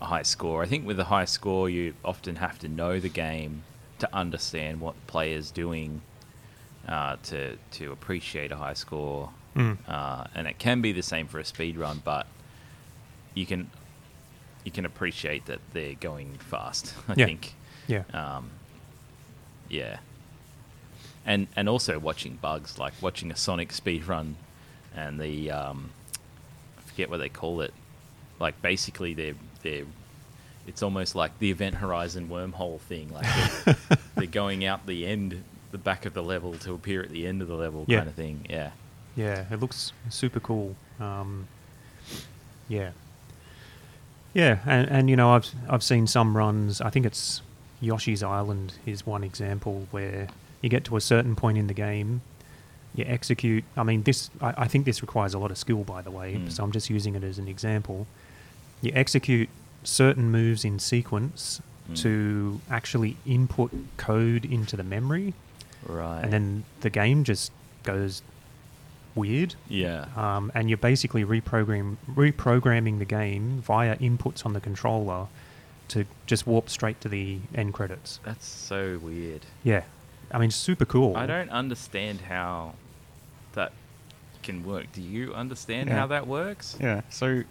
Speaker 2: a high score. I think with a high score, you often have to know the game to understand what the player's doing uh, to to appreciate a high score.
Speaker 1: Mm.
Speaker 2: Uh, and it can be the same for a speed run, but you can you can appreciate that they're going fast. I
Speaker 1: Yeah.
Speaker 2: think
Speaker 1: yeah.
Speaker 2: um, Yeah. And and also watching bugs, like watching a Sonic speed run, and the um, I forget what they call it. Like basically, they're they're it's almost like the Event Horizon wormhole thing. Like they're, they're going out the end, the back of the level to appear at the end of the level,
Speaker 1: Yeah.
Speaker 2: kind of thing. Yeah.
Speaker 1: Yeah, it looks super cool. Um, yeah, yeah, and, and you know, I've I've seen some runs. I think it's Yoshi's Island is one example where you get to a certain point in the game, you execute. I mean, this I, I think this requires a lot of skill, by the way.
Speaker 2: Mm.
Speaker 1: So I'm just using it as an example. You execute certain moves in sequence
Speaker 2: Mm.
Speaker 1: to actually input code into the memory,
Speaker 2: Right.
Speaker 1: and then the game just goes weird
Speaker 2: yeah.
Speaker 3: Ah.
Speaker 1: um, and you're basically reprogram reprogramming the game via inputs on the controller to just warp straight to the end credits.
Speaker 2: That's so weird.
Speaker 1: Yeah, I mean, super cool.
Speaker 2: I don't understand how that can work. Do you understand
Speaker 3: Yeah.
Speaker 2: how that works?
Speaker 3: Yeah. So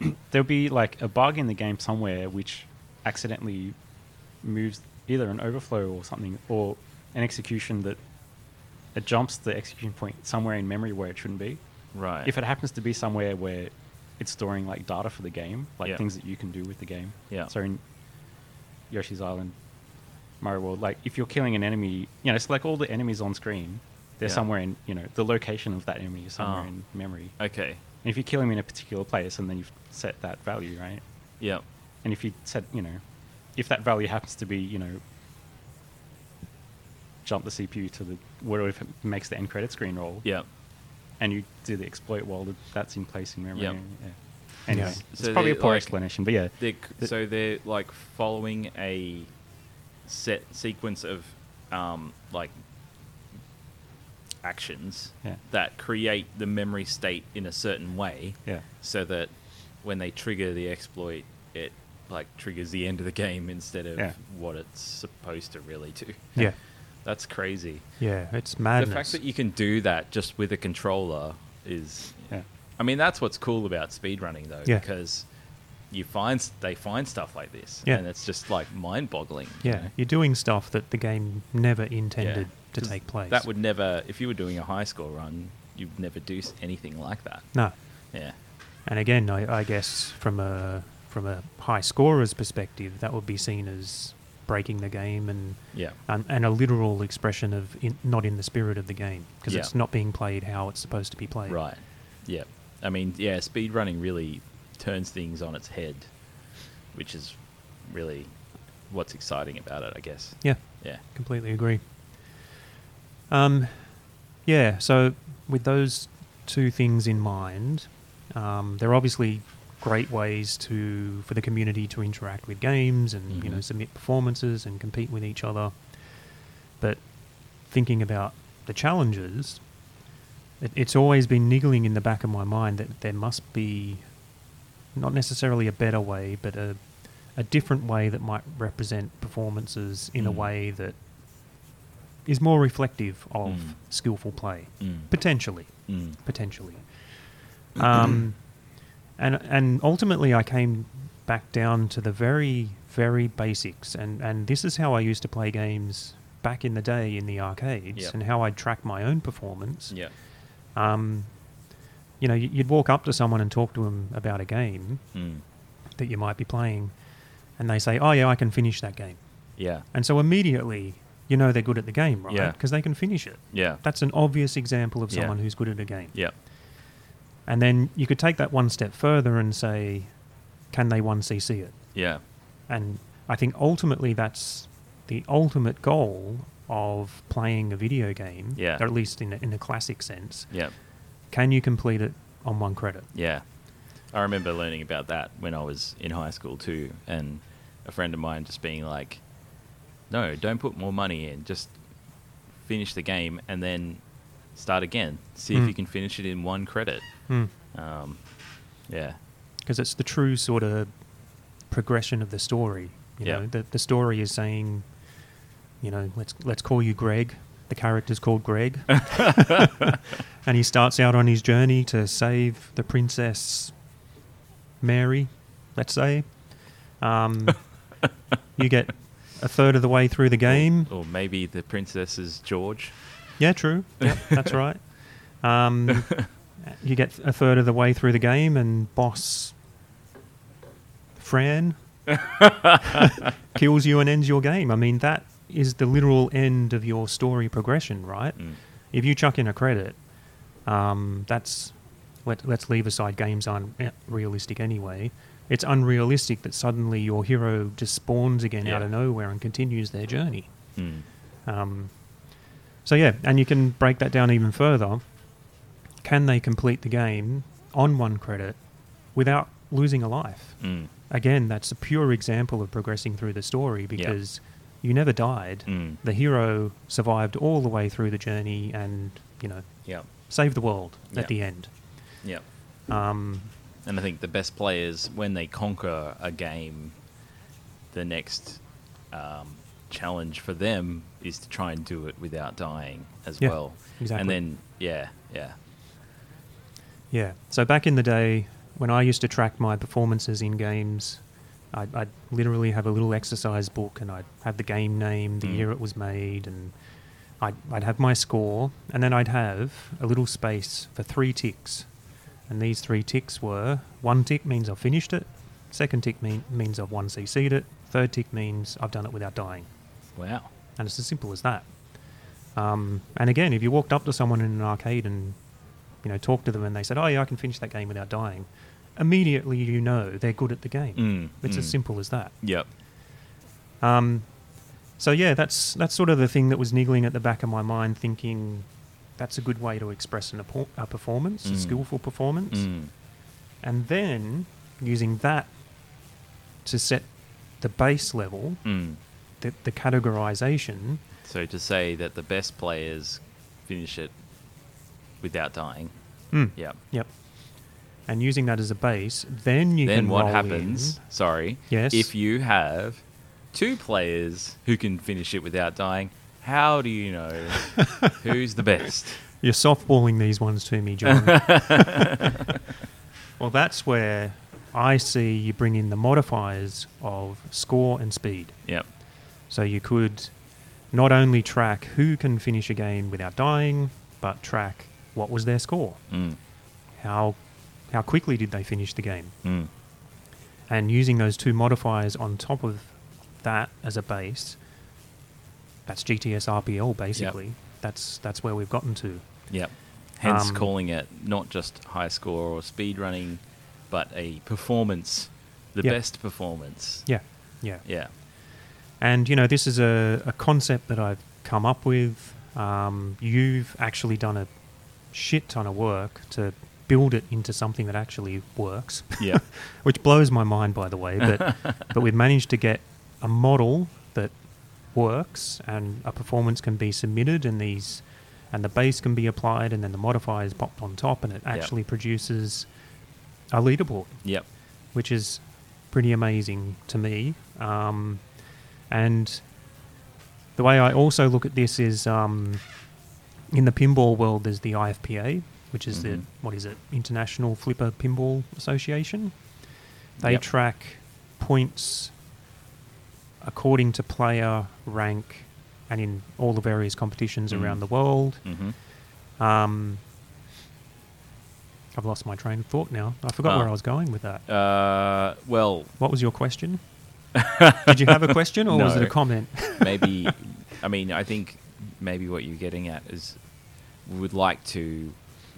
Speaker 3: there'll be like a bug in the game somewhere which accidentally moves either an overflow or something or an execution that it jumps the execution point somewhere in memory where it shouldn't be.
Speaker 2: Right.
Speaker 3: If it happens to be somewhere where it's storing like data for the game, like
Speaker 2: Yeah.
Speaker 3: things that you can do with the game.
Speaker 2: Yeah.
Speaker 3: So in Yoshi's Island, Mario World, like if you're killing an enemy, you know, it's like all the enemies on screen. They're
Speaker 2: Yeah.
Speaker 3: somewhere in, you know, the location of that enemy is somewhere
Speaker 2: Ah.
Speaker 3: in memory.
Speaker 2: okay.
Speaker 3: And if you kill him in a particular place and then you've set that value, right?
Speaker 2: Yeah.
Speaker 3: And if you set, you know, if that value happens to be, you know, jump the CPU to the whatever makes the end credit screen roll,
Speaker 2: Yeah.
Speaker 3: and you do the exploit while th- that's in place in memory.
Speaker 2: Yep.
Speaker 3: Yeah. Anyway,
Speaker 1: Yeah.
Speaker 3: it's
Speaker 2: So
Speaker 3: probably a
Speaker 2: they,
Speaker 3: poor
Speaker 2: like-
Speaker 3: explanation, but yeah,
Speaker 2: They're,
Speaker 3: The-
Speaker 2: so they're like following a set sequence of um, like actions
Speaker 3: Yeah.
Speaker 2: that create the memory state in a certain way.
Speaker 3: yeah,
Speaker 2: so that when they trigger the exploit, it like triggers the end of the game instead of
Speaker 3: Yeah.
Speaker 2: what it's supposed to really do.
Speaker 1: Yeah,
Speaker 2: That's crazy.
Speaker 1: yeah, it's
Speaker 2: The fact
Speaker 1: madness.
Speaker 2: that you can do that just with a controller is,
Speaker 3: yeah,
Speaker 2: I mean, that's what's cool about speedrunning though,
Speaker 1: Yeah.
Speaker 2: because you find s- they find stuff like this,
Speaker 1: Yeah.
Speaker 2: and it's just like mind-boggling. you
Speaker 1: yeah,
Speaker 2: know?
Speaker 1: you're doing stuff that the game never intended
Speaker 2: Yeah.
Speaker 1: to
Speaker 2: 'Cause
Speaker 1: take place.
Speaker 2: That would never, if you were doing a high score run, you'd never do s- anything like that.
Speaker 1: no,
Speaker 2: Yeah,
Speaker 1: and again, I, I guess from a from a high scorer's perspective, that would be seen as breaking the game and
Speaker 2: yeah,
Speaker 1: and, um, and a literal expression of in, not in the spirit of the game because
Speaker 2: Yeah.
Speaker 1: it's not being played how it's supposed to be played.
Speaker 2: Right. Yeah. I mean, yeah, speedrunning really turns things on its head, which is really what's exciting about it, I guess.
Speaker 1: Yeah,
Speaker 2: Yeah.
Speaker 1: completely agree. Um, yeah. So with those two things in mind, um, they're obviously great ways to for the community to interact with games and you know
Speaker 2: Mhm.
Speaker 1: submit performances and compete with each other. But thinking about the challenges, it, it's always been niggling in the back of my mind that there must be not necessarily a better way, but a a different way that might represent performances in a
Speaker 2: Mm.
Speaker 1: way that is more reflective of
Speaker 2: Mm.
Speaker 1: skillful play,
Speaker 2: Mm.
Speaker 1: potentially,
Speaker 2: Mm.
Speaker 1: potentially. Um, and and ultimately, I came back down to the very very basics, and and this is how I used to play games back in the day in the arcades,
Speaker 2: Yep.
Speaker 1: and how I'd track my own performance
Speaker 2: Yeah.
Speaker 1: um, you know, y- you'd walk up to someone and talk to them about a game
Speaker 2: Mm.
Speaker 1: that you might be playing, and they say, "Oh yeah, I can finish that game,"
Speaker 2: Yeah.
Speaker 1: and so immediately you know they're good at the game, right?
Speaker 2: Yeah.
Speaker 1: Because they can finish it.
Speaker 2: Yeah.
Speaker 1: That's an obvious example of
Speaker 2: Yeah.
Speaker 1: someone who's good at a game.
Speaker 2: Yeah.
Speaker 1: And then you could take that one step further and say, "Can they one CC it?"
Speaker 2: Yeah.
Speaker 1: And I think ultimately that's the ultimate goal of playing a video game,
Speaker 2: Yeah.
Speaker 1: or at least in a, in a classic sense.
Speaker 2: Yeah.
Speaker 1: Can you complete it on one credit?
Speaker 2: Yeah. I remember learning about that when I was in high school too, and a friend of mine just being like, "No, don't put more money in. Just finish the game and then start again. See
Speaker 1: Mm.
Speaker 2: if you can finish it in one credit."
Speaker 1: Hmm.
Speaker 2: Um, yeah.
Speaker 1: because it's the true sort of progression of the story. You
Speaker 2: Yeah.
Speaker 1: know, the the story is saying, you know, let's let's call you Greg. The character's called Greg, and he starts out on his journey to save the princess Mary. Let's say, um, you get a third of the way through the game.
Speaker 2: Or maybe the princess is George.
Speaker 1: Yeah, true. Yeah, that's right. Um, you get a third of the way through the game, and boss Fran kills you and ends your game. I mean, that is the literal end of your story progression, right?
Speaker 2: Mm.
Speaker 1: If you chuck in a credit, um, that's let, let's leave aside games aren't eh, realistic anyway. It's unrealistic that suddenly your hero just spawns again out
Speaker 2: Yeah.
Speaker 1: of nowhere and continues their journey.
Speaker 2: Mm.
Speaker 1: Um, so yeah, and you can break that down even further. Can they complete the game on one credit without losing a life?
Speaker 2: Mm.
Speaker 1: Again, that's a pure example of progressing through the story because you never died.
Speaker 2: Mm.
Speaker 1: The hero survived all the way through the journey and, you know,
Speaker 2: Yeah.
Speaker 1: saved the world
Speaker 2: Yeah.
Speaker 1: at the end.
Speaker 2: Yeah.
Speaker 1: Um,
Speaker 2: And I think the best players, when they conquer a game, the next um, challenge for them is to try and do it without dying as
Speaker 1: Yeah,
Speaker 2: well.
Speaker 1: exactly.
Speaker 2: And then, yeah, yeah.
Speaker 1: Yeah. So back in the day, when I used to track my performances in games, I'd, I'd literally have a little exercise book and I'd have the game name, the
Speaker 2: Mm.
Speaker 1: year it was made, and I'd, I'd have my score, and then I'd have a little space for three ticks. And these three ticks were one tick means I've finished it, second tick mean, means I've one CC'd it, third tick means I've done it without dying.
Speaker 2: Wow.
Speaker 1: And it's as simple as that. Um, and again, if you walked up to someone in an arcade and you know talked to them and they said, "Oh yeah, I can finish that game without dying," immediately you know they're good at the game.
Speaker 2: Mm,
Speaker 1: it's as
Speaker 2: mm.
Speaker 1: simple as that.
Speaker 2: Yep.
Speaker 1: Um, so yeah, that's that's sort of the thing that was niggling at the back of my mind, thinking that's a good way to express an appo- a performance, a
Speaker 2: Mm.
Speaker 1: skillful performance,
Speaker 2: Mm.
Speaker 1: and then using that to set the base level,
Speaker 2: Mm.
Speaker 1: the, the categorization.
Speaker 2: So to say that the best players finish it without dying.
Speaker 1: Mm.
Speaker 2: Yep.
Speaker 1: Yep. And using that as a base, then you
Speaker 2: then
Speaker 1: can
Speaker 2: what
Speaker 1: roll
Speaker 2: happens?
Speaker 1: in-
Speaker 2: Sorry.
Speaker 1: Yes.
Speaker 2: If you have two players who can finish it without dying, how do you know who's the best?
Speaker 1: You're softballing these ones to me, John. well, that's where I see you bring in the modifiers of score and speed.
Speaker 2: Yep.
Speaker 1: So you could not only track who can finish a game without dying, but track what was their score.
Speaker 2: Mm.
Speaker 1: How how quickly did they finish the game?
Speaker 2: Mm.
Speaker 1: and using those two modifiers on top of that as a base, that's GTS RPL basically. That's that's where we've gotten to.
Speaker 2: Yep. Hence
Speaker 1: Um,
Speaker 2: calling it not just high score or speed running, but a performance, the
Speaker 1: Yep.
Speaker 2: best performance.
Speaker 1: Yeah, yeah.
Speaker 2: Yeah.
Speaker 1: And you know, this is a, a concept that I've come up with. Um, you've actually done a shit ton of work to build it into something that actually works,
Speaker 2: Yeah.
Speaker 1: which blows my mind, by the way. But but we've managed to get a model that works, and a performance can be submitted, and these and the base can be applied, and then the modifiers popped on top, and it actually produces a leaderboard
Speaker 2: yep.
Speaker 1: which is pretty amazing to me. Um, and the way I also look at this is um, in the pinball world, there's the IFPA, which is the
Speaker 2: Mhm.
Speaker 1: what is it, International Flipper Pinball Association. They
Speaker 2: Yep.
Speaker 1: track points according to player rank, and in all the various competitions
Speaker 2: Mm.
Speaker 1: around the world.
Speaker 2: hmm
Speaker 1: Um, I've lost my train of thought now. I forgot
Speaker 2: Ah.
Speaker 1: where I was going with that.
Speaker 2: Uh, well,
Speaker 1: What was your question? Did you have a question or was it a
Speaker 2: No.
Speaker 1: comment?
Speaker 2: maybe I mean I think maybe what you're getting at is we would like to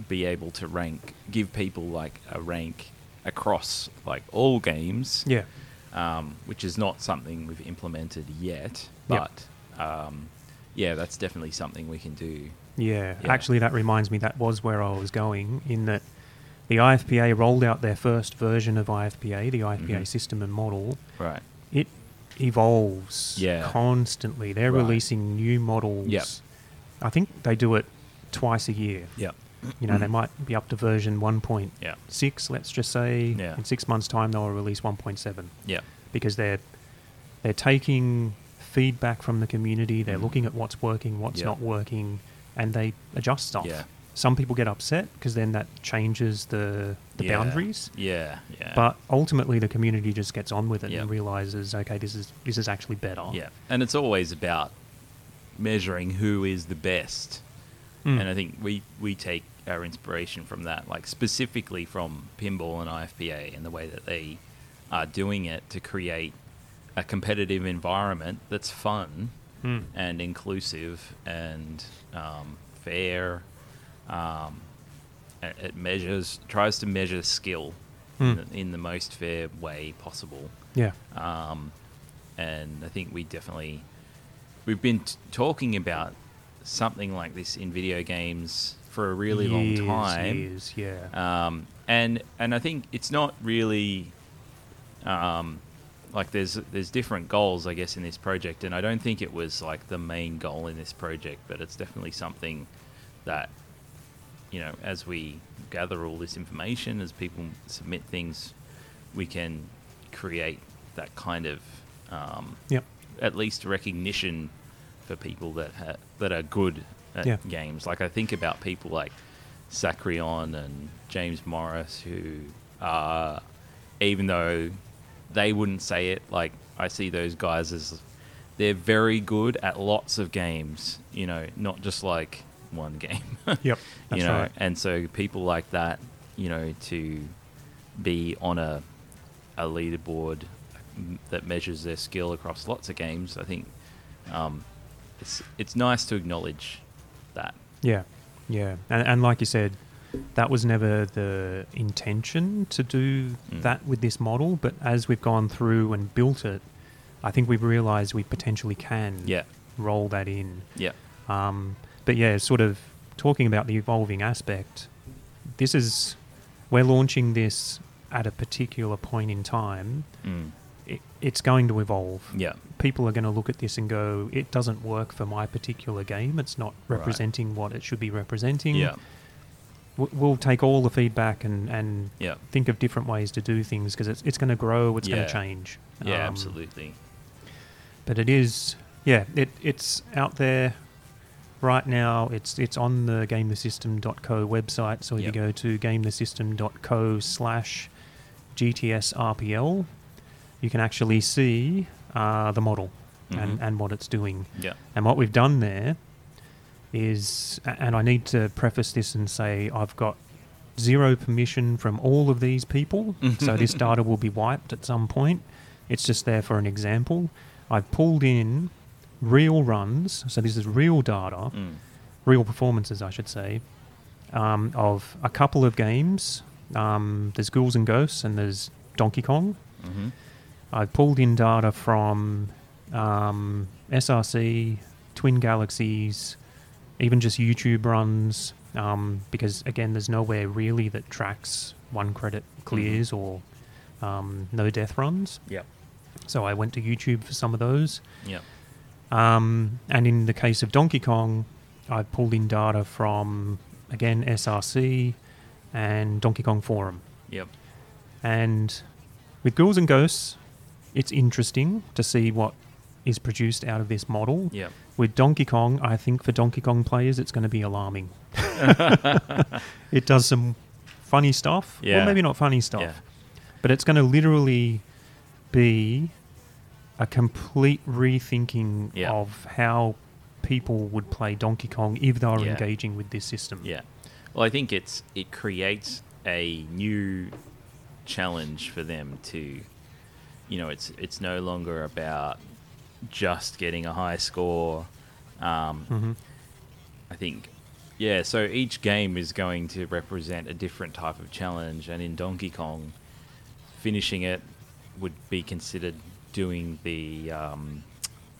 Speaker 2: be able to rank give people like a rank across like all games
Speaker 1: yeah.
Speaker 2: um, which is not something we've implemented yet
Speaker 1: Yep.
Speaker 2: but um, yeah that's definitely something we can do
Speaker 1: yeah.
Speaker 2: Yeah.
Speaker 1: Actually, that reminds me that was where I was going in that the IFPA rolled out their first version of IFPA, the IFPA
Speaker 2: Mhm.
Speaker 1: system and model.
Speaker 2: right
Speaker 1: It evolves
Speaker 2: Yeah.
Speaker 1: constantly. They're
Speaker 2: Right.
Speaker 1: releasing new models.
Speaker 2: Yep.
Speaker 1: I think they do it twice a year.
Speaker 2: yeah
Speaker 1: You know, they
Speaker 2: Mm-hmm.
Speaker 1: might be up to version 1.6,
Speaker 2: yeah
Speaker 1: let's just say.
Speaker 2: Yeah.
Speaker 1: In six months' time, they'll release 1.7.
Speaker 2: yeah
Speaker 1: because they're they're taking feedback from the community. They're
Speaker 2: Mhm.
Speaker 1: looking at what's working, what's
Speaker 2: Yeah.
Speaker 1: not working, and they adjust stuff.
Speaker 2: yeah
Speaker 1: Some people get upset because then that changes the, the
Speaker 2: Yeah.
Speaker 1: boundaries.
Speaker 2: Yeah, yeah.
Speaker 1: But ultimately, the community just gets on with it
Speaker 2: Yep.
Speaker 1: and realizes, okay, this is this is actually better.
Speaker 2: yeah, and it's always about measuring who is the best.
Speaker 1: Mm.
Speaker 2: And I think we, we take our inspiration from that, like specifically from pinball and IFPA and the way that they are doing it to create a competitive environment that's fun
Speaker 1: Mm.
Speaker 2: and inclusive and um, fair. Um, it it measures, tries to measure skill in,
Speaker 1: Mm.
Speaker 2: the, in the most fair way possible.
Speaker 1: yeah,
Speaker 2: Um, and I think we definitely we've been t- talking about something like this in video games for a really
Speaker 1: Years,
Speaker 2: long time.
Speaker 1: years, yeah,
Speaker 2: Um, and and I think it's not really um, like there's there's different goals I guess in this project, and I don't think it was like the main goal in this project, but it's definitely something that you know as we gather all this information, as people submit things, we can create that kind of um,
Speaker 1: yep,
Speaker 2: at least recognition for people that ha- that are good at
Speaker 1: Yeah.
Speaker 2: games. Like I think about people like Sacrion and James Morris, who are even though they wouldn't say it, like I see those guys as they're very good at lots of games. You know, not just like one game.
Speaker 1: yep. That's
Speaker 2: you know,
Speaker 1: right.
Speaker 2: and so people like that, you know, to be on a a leaderboard m- that measures their skill across lots of games, I think um, it's it's nice to acknowledge that.
Speaker 1: Yeah, yeah, and, and like you said, that was never the intention to do
Speaker 2: Mm.
Speaker 1: that with this model. But as we've gone through and built it, I think we've realised we potentially can
Speaker 2: Yeah,
Speaker 1: roll that in.
Speaker 2: yeah,
Speaker 1: Um, but yeah, sort of talking about the evolving aspect. This is we're launching this at a particular point in time.
Speaker 2: mm,
Speaker 1: It, it's going to evolve.
Speaker 2: yeah,
Speaker 1: People are going to look at this and go, "It doesn't work for my particular game. It's not
Speaker 2: Right.
Speaker 1: representing what it should be representing."
Speaker 2: yeah,
Speaker 1: W- We'll take all the feedback and, and
Speaker 2: yeah,
Speaker 1: think of different ways to do things because it's, it's going to grow, it's going
Speaker 2: Yeah.
Speaker 1: to change.
Speaker 2: yeah,
Speaker 1: Um,
Speaker 2: absolutely.
Speaker 1: but it is yeah it it's out there right now it's it's on the gamethesystem.co website so if
Speaker 2: Yep.
Speaker 1: you go to gamethesystem.co slash gtsrpl you can actually see uh, the model and,
Speaker 2: Mhm.
Speaker 1: and what it's doing
Speaker 2: Yeah,
Speaker 1: and what we've done there is a- and i need to preface this and say i've got zero permission from all of these people so this data will be wiped at some point it's just there for an example i've pulled in real runs so this is real data
Speaker 2: mm,
Speaker 1: real performances i should say um, of a couple of games um, there's ghouls and ghosts and there's donkey kong
Speaker 2: hmm
Speaker 1: I pulled in data from um, SRC, Twin Galaxies, even just YouTube runs, um, because again, there's nowhere really that tracks one credit clears or um, no death runs.
Speaker 2: Yep.
Speaker 1: So I went to YouTube for some of those.
Speaker 2: yeah,
Speaker 1: Um, and in the case of Donkey Kong, I pulled in data from, again, SRC and Donkey Kong Forum.
Speaker 2: yep,
Speaker 1: And with Ghouls and Ghosts, it's interesting to see what is produced out of this model.
Speaker 2: yep,
Speaker 1: With Donkey Kong, I think for Donkey Kong players, it's going to be alarming. it does some funny stuff.
Speaker 2: Yeah.
Speaker 1: Well, maybe not funny stuff.
Speaker 2: Yeah.
Speaker 1: But it's going to literally be a complete rethinking
Speaker 2: Yeah.
Speaker 1: of how people would play Donkey Kong if they were
Speaker 2: Yeah.
Speaker 1: engaging with this system.
Speaker 2: yeah. Well, I think it's it creates a new challenge for them to you know it's it's no longer about just getting a high score um,
Speaker 1: Mhm.
Speaker 2: i think yeah so each game is going to represent a different type of challenge and in donkey kong finishing it would be considered doing the um,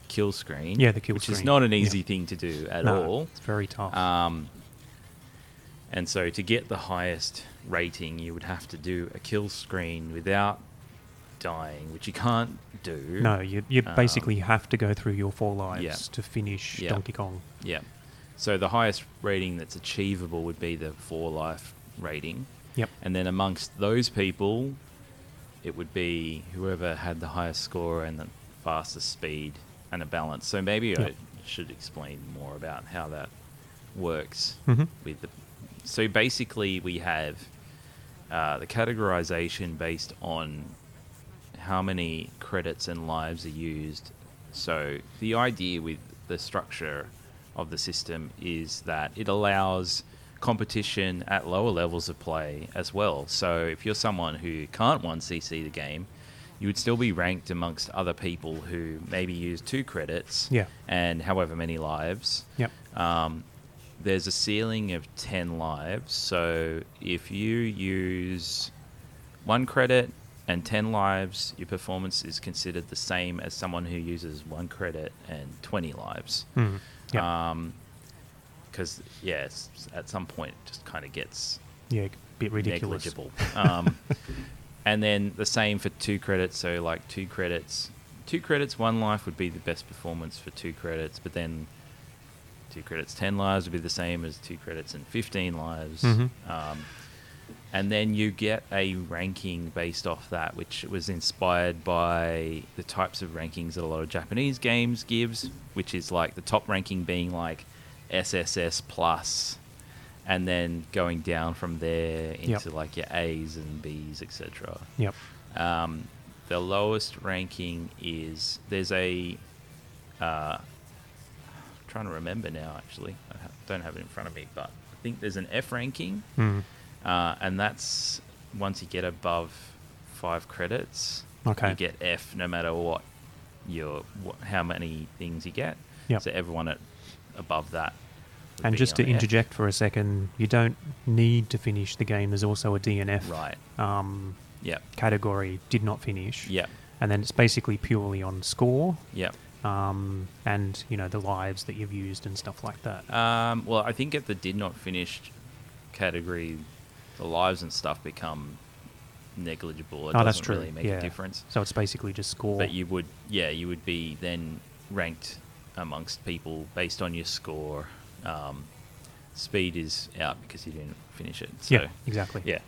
Speaker 2: kill screen
Speaker 1: Yeah, the kill
Speaker 2: which is
Speaker 1: screen.
Speaker 2: not an
Speaker 1: Yeah.
Speaker 2: easy thing to do at
Speaker 1: No,
Speaker 2: all
Speaker 1: It's very tough.
Speaker 2: um, and so to get the highest rating, you would have to do a kill screen without dying, which you can't do.
Speaker 1: No, you, you
Speaker 2: Um,
Speaker 1: basically have to go through your four lives
Speaker 2: yeah.
Speaker 1: to finish
Speaker 2: Yeah.
Speaker 1: Donkey Kong.
Speaker 2: Yeah. So the highest rating that's achievable would be the four life rating.
Speaker 1: Yep.
Speaker 2: And then amongst those people, it would be whoever had the highest score and the fastest speed and a balance. So maybe
Speaker 1: Yeah.
Speaker 2: I should explain more about how that works
Speaker 1: Mhm.
Speaker 2: with the so basically, we have uh, the categorization based on how many credits and lives are used. So the idea with the structure of the system is that it allows competition at lower levels of play as well. So if you're someone who can't one CC the game, you would still be ranked amongst other people who maybe use two credits
Speaker 1: Yeah.
Speaker 2: and however many lives.
Speaker 1: Yep.
Speaker 2: Um, there's a ceiling of 10 lives. So if you use one credit and 10 lives, your performance is considered the same as someone who uses one credit and 20 lives.
Speaker 1: Mm. Yep.
Speaker 2: uh, Because, yeah, it's, at some point it just kind of gets
Speaker 1: yeah, a bit ridiculous.
Speaker 2: negligible. Um, and then the same for two credits. So, like, two credits, two credits, one life would be the best performance for two credits, but then two credits, 10 lives would be the same as two credits and 15 lives.
Speaker 1: Mhm.
Speaker 2: Um, and then you get a ranking based off that, which was inspired by the types of rankings that a lot of Japanese games gives, which is like the top ranking being like SSS plus, and then going down from there into like your A's and B's, etc.
Speaker 1: Yep.
Speaker 2: Um, the lowest ranking is there's a uh, trying to remember now actually I ha- don't have it in front of me, but I think there's an F ranking,
Speaker 1: Mm.
Speaker 2: uh, and that's once you get above five credits,
Speaker 1: Okay.
Speaker 2: you get F no matter what your what, how many things you get.
Speaker 1: Yep.
Speaker 2: So everyone at above that. would
Speaker 1: And
Speaker 2: be
Speaker 1: just to
Speaker 2: on F.
Speaker 1: interject for a second, you don't need to finish the game. There's also a DNF
Speaker 2: right?
Speaker 1: um,
Speaker 2: Yep,
Speaker 1: category, did not finish.
Speaker 2: yep,
Speaker 1: And then it's basically purely on score
Speaker 2: yep.
Speaker 1: um, and, you know, the lives that you've used and stuff like that.
Speaker 2: Um, well, I think at the did not finish category, the lives and stuff become negligible. It
Speaker 1: Oh,
Speaker 2: doesn't
Speaker 1: that's true.
Speaker 2: really make
Speaker 1: Yeah.
Speaker 2: a difference.
Speaker 1: So it's basically just score.
Speaker 2: But you would, yeah, you would be then ranked amongst people based on your score. Um, speed is out because you didn't finish it. So,
Speaker 1: yeah, exactly.
Speaker 2: yeah.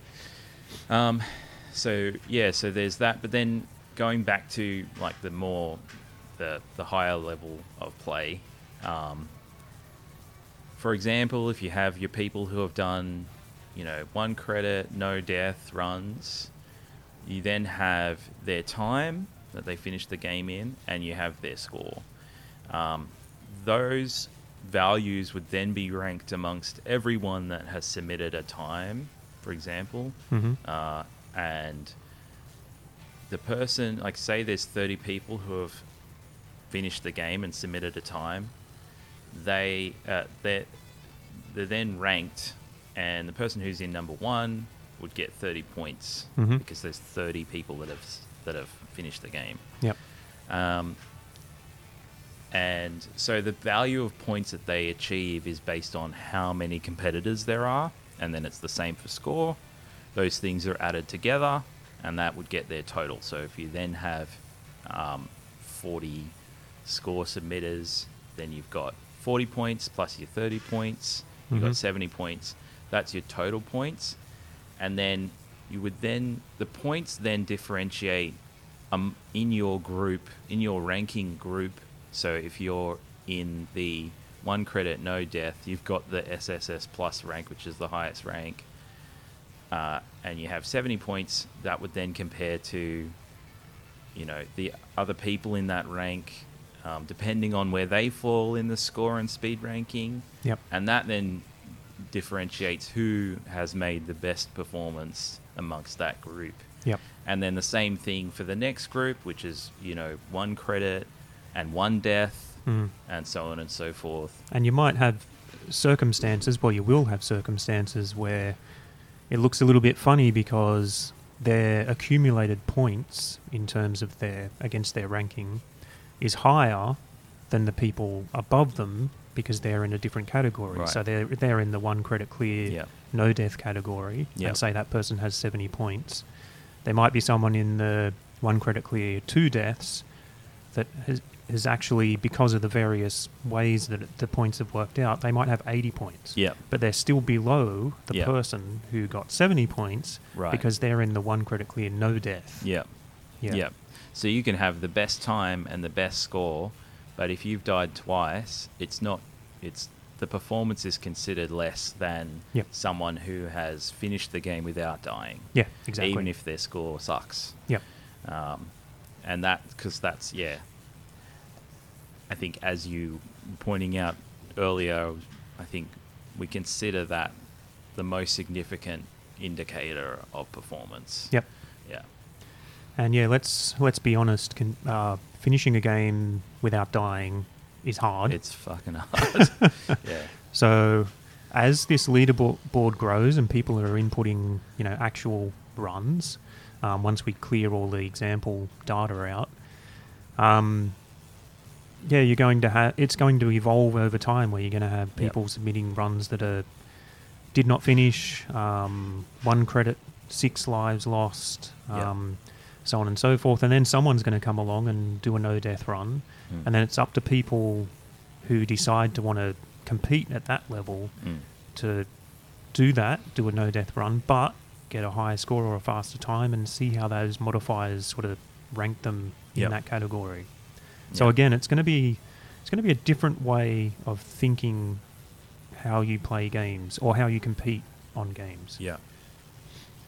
Speaker 2: Um, so yeah, so there's that. But then going back to like the more the the higher level of play. Um, for example, if you have your people who have done, you know, one credit, no death runs, you then have their time that they finish the game in, and you have their score. Um, those values would then be ranked amongst everyone that has submitted a time, for example,
Speaker 1: hmm
Speaker 2: uh, and the person, like, say there's 30 people who have finished the game and submitted a time, they uh, they're, they're then ranked, and the person who's in number one would get 30 points
Speaker 1: Mhm.
Speaker 2: because there's 30 people that have s- that have finished the game.
Speaker 1: Yep.
Speaker 2: Um, and so the value of points that they achieve is based on how many competitors there are, and then it's the same for score. Those things are added together, and that would get their total. So if you then have um, 40 score submitters, then you've got 40 points plus your 30 points, you've
Speaker 1: Mhm.
Speaker 2: got 70 points. That's your total points. And then you would then, the points then differentiate um, in your group, in your ranking group. So if you're in the one credit, no death, you've got the SSS plus rank, which is the highest rank, uh, and you have 70 points. That would then compare to, you know, the other people in that rank, um, depending on where they fall in the score and speed ranking.
Speaker 1: Yep.
Speaker 2: And that then differentiates who has made the best performance amongst that group.
Speaker 1: Yep.
Speaker 2: And then the same thing for the next group, which is, you know, one credit and one death
Speaker 1: Mm.
Speaker 2: and so on and so forth.
Speaker 1: And you might have circumstances, well, you will have circumstances where it looks a little bit funny because their accumulated points in terms of their against their ranking is higher than the people above them because they're in a different category.
Speaker 2: Right.
Speaker 1: So they're they're in the one credit clear,
Speaker 2: Yep.
Speaker 1: no death category,
Speaker 2: Yep.
Speaker 1: and say that person has seventy points. There might be someone in the one credit clear, two deaths, that has, has actually, because of the various ways that it- the points have worked out, they might have 80 points.
Speaker 2: Yep.
Speaker 1: But they're still below the
Speaker 2: Yeah.
Speaker 1: person who got 70 points
Speaker 2: Right.
Speaker 1: because they're in the one credit clear, no death.
Speaker 2: Yep.
Speaker 1: Yeah.
Speaker 2: Yep. So you can have the best time and the best score, but if you've died twice, it's not it's the performance is considered less than
Speaker 1: Yep.
Speaker 2: someone who has finished the game without dying,
Speaker 1: Yeah, exactly.
Speaker 2: even if their score sucks.
Speaker 1: yeah,
Speaker 2: Um, and that, because that's, yeah, I think as you were pointing out earlier, I think we consider that the most significant indicator of performance.
Speaker 1: yep.
Speaker 2: Yeah.
Speaker 1: And yeah, let's let's be honest. Con- uh, finishing a game without dying is hard.
Speaker 2: It's fucking hard. yeah.
Speaker 1: So, as this leaderboard board grows and people are inputting, you know, actual runs, um, once we clear all the example data out, um, yeah, you're going to have it's going to evolve over time where you're going to have people submitting runs that are did not finish, um, one credit, six lives lost,
Speaker 2: Yeah.
Speaker 1: um, so on and so forth, and then someone's going to come along and do a no death run,
Speaker 2: Mm.
Speaker 1: and then it's up to people who decide to want to compete at that level
Speaker 2: Mm.
Speaker 1: to do that, do a no death run, but get a higher score or a faster time and see how those modifiers sort of rank them in
Speaker 2: Yep.
Speaker 1: that category. So
Speaker 2: Yeah.
Speaker 1: again, it's going to be it's going to be a different way of thinking how you play games or how you compete on games.
Speaker 2: Yeah.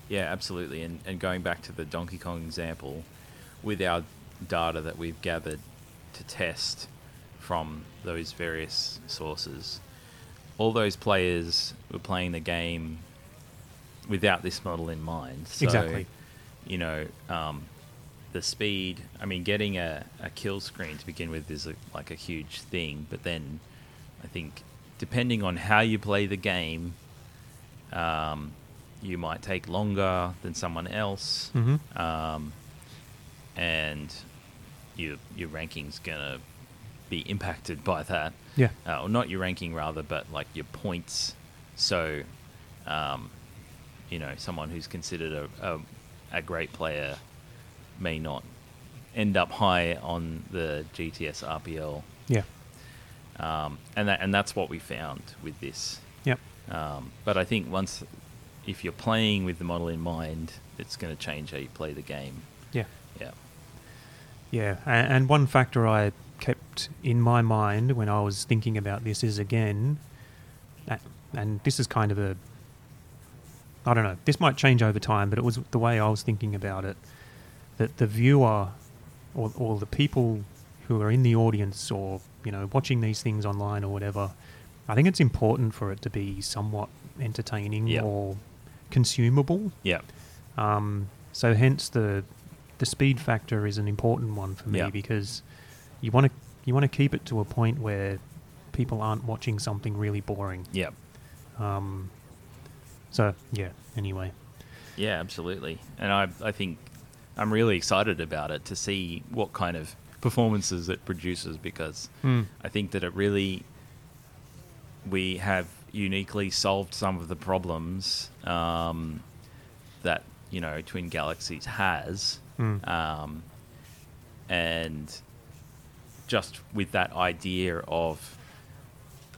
Speaker 2: Yeah, absolutely. And, and going back to the Donkey Kong example, with our data that we've gathered to test from those various sources, all those players were playing the game without this model in mind. So,
Speaker 1: Exactly.
Speaker 2: You know, um, the speed, I mean, getting a, a kill screen to begin with is a, like a huge thing, but then I think depending on how you play the game, um, you might take longer than someone else,
Speaker 1: Mhm.
Speaker 2: um, and your your ranking's gonna be impacted by that.
Speaker 1: Yeah.
Speaker 2: Uh, or not your ranking rather, but like your points. So, um, you know, someone who's considered a, a a great player may not end up high on the GTS RPL,
Speaker 1: Yeah.
Speaker 2: um, and that and that's what we found with this.
Speaker 1: Yep.
Speaker 2: Um, but I think once, if you're playing with the model in mind, it's going to change how you play the game.
Speaker 1: Yeah.
Speaker 2: Yeah.
Speaker 1: Yeah, a- and one factor I kept in my mind when I was thinking about this is again, a- and this is kind of a, I don't know, this might change over time, but it was the way I was thinking about it that the viewer or, or the people who are in the audience or, you know, watching these things online or whatever, I think it's important for it to be somewhat entertaining
Speaker 2: Yeah.
Speaker 1: or consumable.
Speaker 2: Yeah.
Speaker 1: Um, so hence the the speed factor is an important one for me
Speaker 2: Yeah.
Speaker 1: because you want to you want to keep it to a point where people aren't watching something really boring.
Speaker 2: Yeah.
Speaker 1: Um, so yeah. Anyway.
Speaker 2: Yeah, absolutely. And I, I think I'm really excited about it to see what kind of performances it produces because I think that it really, we have uniquely solved some of the problems um, that, you know, Twin Galaxies has.
Speaker 1: Mm.
Speaker 2: Um, and just with that idea of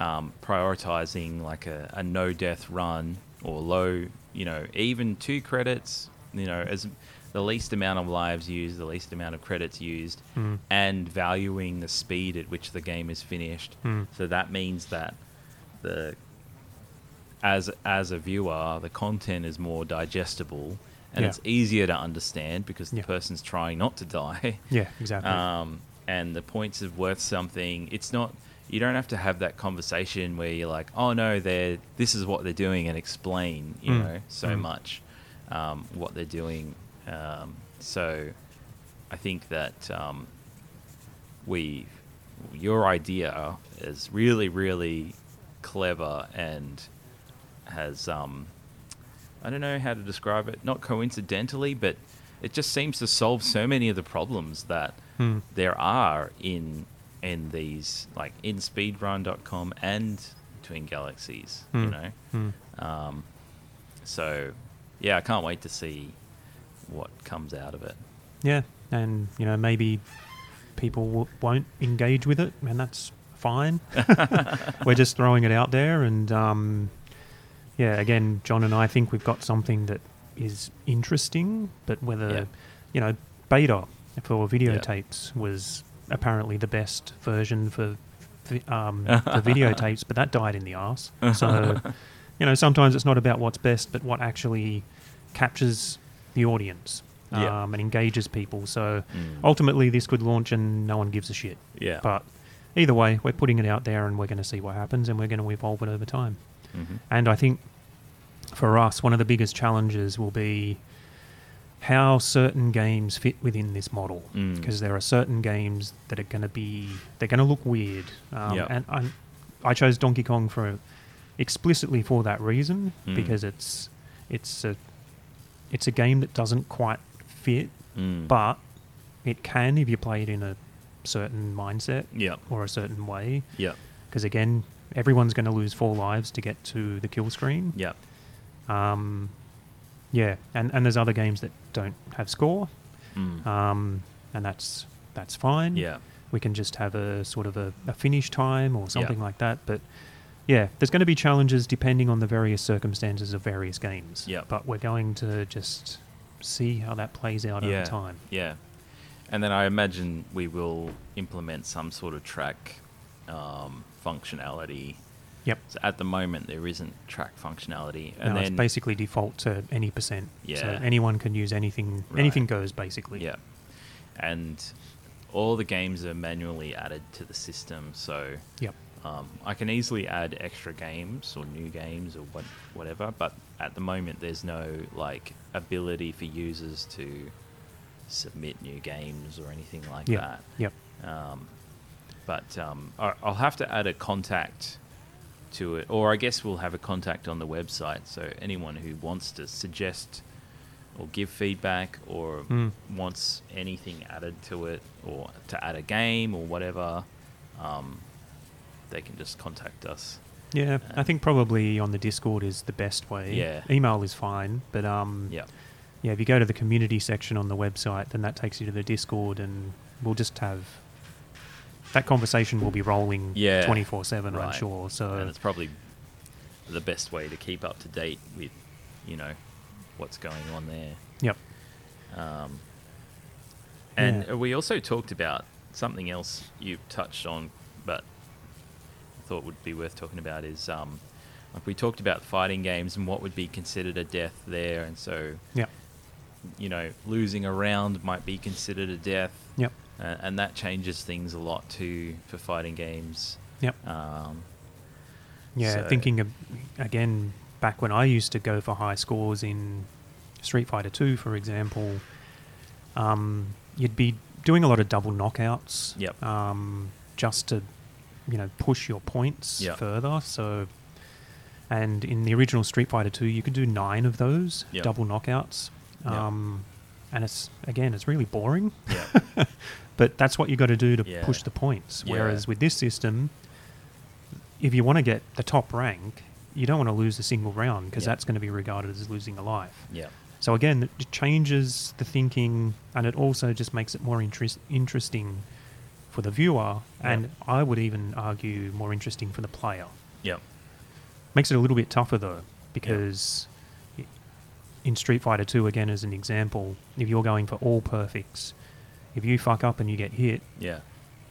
Speaker 2: um, prioritizing like a, a no death run or low, you know, even two credits, you know, as the least amount of lives used, the least amount of credits used,
Speaker 1: Mm.
Speaker 2: and valuing the speed at which the game is finished.
Speaker 1: Mm.
Speaker 2: So that means that the as as a viewer, the content is more digestible and
Speaker 1: Yeah.
Speaker 2: it's easier to understand because the
Speaker 1: Yeah.
Speaker 2: person's trying not to die.
Speaker 1: Yeah. Exactly.
Speaker 2: Um, and the points are worth something. It's not. You don't have to have that conversation where you're like, "Oh no, they're this is what they're doing," and explain you
Speaker 1: Mm.
Speaker 2: know so
Speaker 1: Mm.
Speaker 2: much um, what they're doing. Um, so, I think that um, we, your idea is really, really clever and has um, I don't know how to describe it. Not coincidentally, but it just seems to solve so many of the problems that
Speaker 1: Hmm.
Speaker 2: there are in in these like in speedrun.com and Twin Galaxies. You
Speaker 1: Hmm.
Speaker 2: know,
Speaker 1: Hmm.
Speaker 2: um, so yeah, I can't wait to see what comes out of it.
Speaker 1: Yeah, and you know maybe people w- won't engage with it, and that's fine. We're just throwing it out there, and um, yeah, again, John and I think we've got something that is interesting, but whether
Speaker 2: Yeah.
Speaker 1: you know beta for
Speaker 2: Yeah.
Speaker 1: videotapes was apparently the best version for vi- um, the videotapes, but that died in the arse. So, you know, sometimes it's not about what's best, but what actually captures the audience um,
Speaker 2: Yeah.
Speaker 1: and engages people. So,
Speaker 2: Mm.
Speaker 1: ultimately, this could launch and no one gives a shit.
Speaker 2: Yeah.
Speaker 1: But either way, we're putting it out there and we're going to see what happens and we're going to evolve it over time.
Speaker 2: Mhm.
Speaker 1: And I think for us, one of the biggest challenges will be how certain games fit within this model.
Speaker 2: Mm.
Speaker 1: Because there are certain games that are going to be, they're going to look weird. Um,
Speaker 2: Yep.
Speaker 1: And i I chose Donkey Kong for explicitly for that reason
Speaker 2: Mm.
Speaker 1: because it's it's a it's a game that doesn't quite fit,
Speaker 2: Mm.
Speaker 1: but it can if you play it in a certain mindset
Speaker 2: Yeah.
Speaker 1: or a certain way.
Speaker 2: Yeah.
Speaker 1: Because again, everyone's going to lose four lives to get to the kill screen.
Speaker 2: Yeah.
Speaker 1: Um, yeah, and, and there's other games that don't have score,
Speaker 2: Mm.
Speaker 1: um, and that's that's fine.
Speaker 2: yeah.
Speaker 1: we can just have a sort of a, a finish time or something like that. But yeah, there's going to be challenges depending on the various circumstances of various games.
Speaker 2: Yeah.
Speaker 1: but we're going to just see how that plays out
Speaker 2: yeah.
Speaker 1: over time.
Speaker 2: Yeah. And then I imagine we will implement some sort of track um, functionality.
Speaker 1: Yep.
Speaker 2: So at the moment, there isn't track functionality.
Speaker 1: And
Speaker 2: And then,
Speaker 1: it's basically default to any percent. So
Speaker 2: Yeah.
Speaker 1: anyone can use anything.
Speaker 2: Right.
Speaker 1: Anything goes basically.
Speaker 2: Yeah. And all the games are manually added to the system. So
Speaker 1: Yep.
Speaker 2: um, I can easily add extra games or new games or what, whatever. But at the moment, there's no like ability for users to submit new games or anything like
Speaker 1: Yeah.
Speaker 2: that.
Speaker 1: Yep.
Speaker 2: Um, but um, I- I'll have to add a contact to it, or I guess we'll have a contact on the website. So anyone who wants to suggest or give feedback or
Speaker 1: Mm.
Speaker 2: wants anything added to it, or to add a game or whatever, um, they can just contact us.
Speaker 1: Yeah, I
Speaker 2: Um,
Speaker 1: think probably on the Discord is the best way.
Speaker 2: Yeah.
Speaker 1: Email is fine, but um,
Speaker 2: Yeah,
Speaker 1: yeah, if you go to the community section on the website, then that takes you to the Discord, and we'll just have that conversation will be rolling
Speaker 2: Yeah,
Speaker 1: twenty four seven. I'm
Speaker 2: right.
Speaker 1: sure.
Speaker 2: and
Speaker 1: So
Speaker 2: it's probably the best way to keep up to date with, you know, what's going on there.
Speaker 1: yep,
Speaker 2: Um, and
Speaker 1: Yeah.
Speaker 2: we also talked about something else you touched on, but I thought would be worth talking about is um, like we talked about fighting games and what would be considered a death there, and so
Speaker 1: yep,
Speaker 2: you know losing a round might be considered a death,
Speaker 1: yep,
Speaker 2: uh, and that changes things a lot too for fighting games.
Speaker 1: yep.
Speaker 2: Um,
Speaker 1: Yeah,
Speaker 2: So-
Speaker 1: thinking of, again back when I used to go for high scores in Street Fighter Two, for example, um, you'd be doing a lot of double knockouts.
Speaker 2: Yep.
Speaker 1: Um, just to you know push your points
Speaker 2: Yep.
Speaker 1: further. So, and in the original Street Fighter Two, you could do nine of those
Speaker 2: Yep.
Speaker 1: double knockouts.
Speaker 2: Yep.
Speaker 1: Um, And it's again, it's really boring
Speaker 2: yeah,
Speaker 1: but that's what you got to do to
Speaker 2: Yeah.
Speaker 1: push the points.
Speaker 2: Yeah.
Speaker 1: Whereas with this system, if you want to get the top rank, you don't want to lose a single round because
Speaker 2: Yeah.
Speaker 1: that's going to be regarded as losing a life.
Speaker 2: yeah,
Speaker 1: So again, it j- changes the thinking, and it also just makes it more interest- interesting for the viewer, and I would even argue more interesting for the player.
Speaker 2: yeah,
Speaker 1: Makes it a little bit tougher though, because i- in Street Fighter 2, again, as an example, if you're going for all perfects, if you fuck up and you get hit,
Speaker 2: yeah,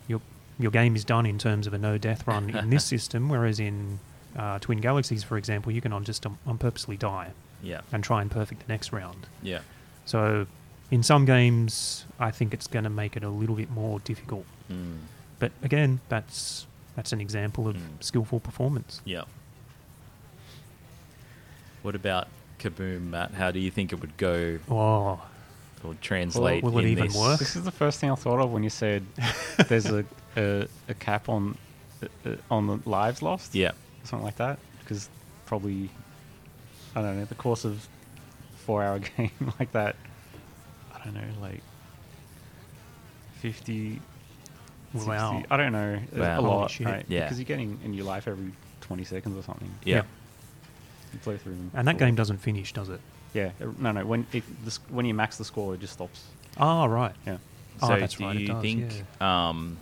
Speaker 1: your your game is done in terms of a no death run in this system, whereas in uh, Twin Galaxies, for example, you can on just um, on purposely die
Speaker 2: yeah,
Speaker 1: and try and perfect the next round.
Speaker 2: yeah,
Speaker 1: So, in some games, I think it's going to make it a little bit more difficult.
Speaker 2: mm,
Speaker 1: But again, that's that's an example of
Speaker 2: Mm.
Speaker 1: skillful performance.
Speaker 2: yeah. What about Kaboom, Matt? How do you think it would go
Speaker 1: Oh,
Speaker 2: or translate.
Speaker 1: will it
Speaker 2: in
Speaker 1: even
Speaker 2: this.
Speaker 1: work?
Speaker 3: This is the first thing I thought of when you said there's a, a, a cap on uh, on the lives lost.
Speaker 2: Yeah,
Speaker 3: something like that because probably I don't know the course of four hour game like that I don't know like 50 60,
Speaker 1: Wow.
Speaker 3: I don't know it's
Speaker 2: Wow.
Speaker 3: a
Speaker 2: Holy
Speaker 3: lot
Speaker 1: shit.
Speaker 3: right
Speaker 2: Yeah.
Speaker 3: because you're getting in your life every 20 seconds or something
Speaker 2: yeah,
Speaker 3: you play through them
Speaker 1: and that
Speaker 3: for-
Speaker 1: game doesn't finish, does it?
Speaker 3: yeah uh, no no when it, the, sc- when you max the score it just stops
Speaker 1: Ah, right.
Speaker 3: yeah
Speaker 1: Oh,
Speaker 2: So
Speaker 1: that's
Speaker 2: do
Speaker 1: right, it
Speaker 2: you
Speaker 1: does,
Speaker 2: think? Um,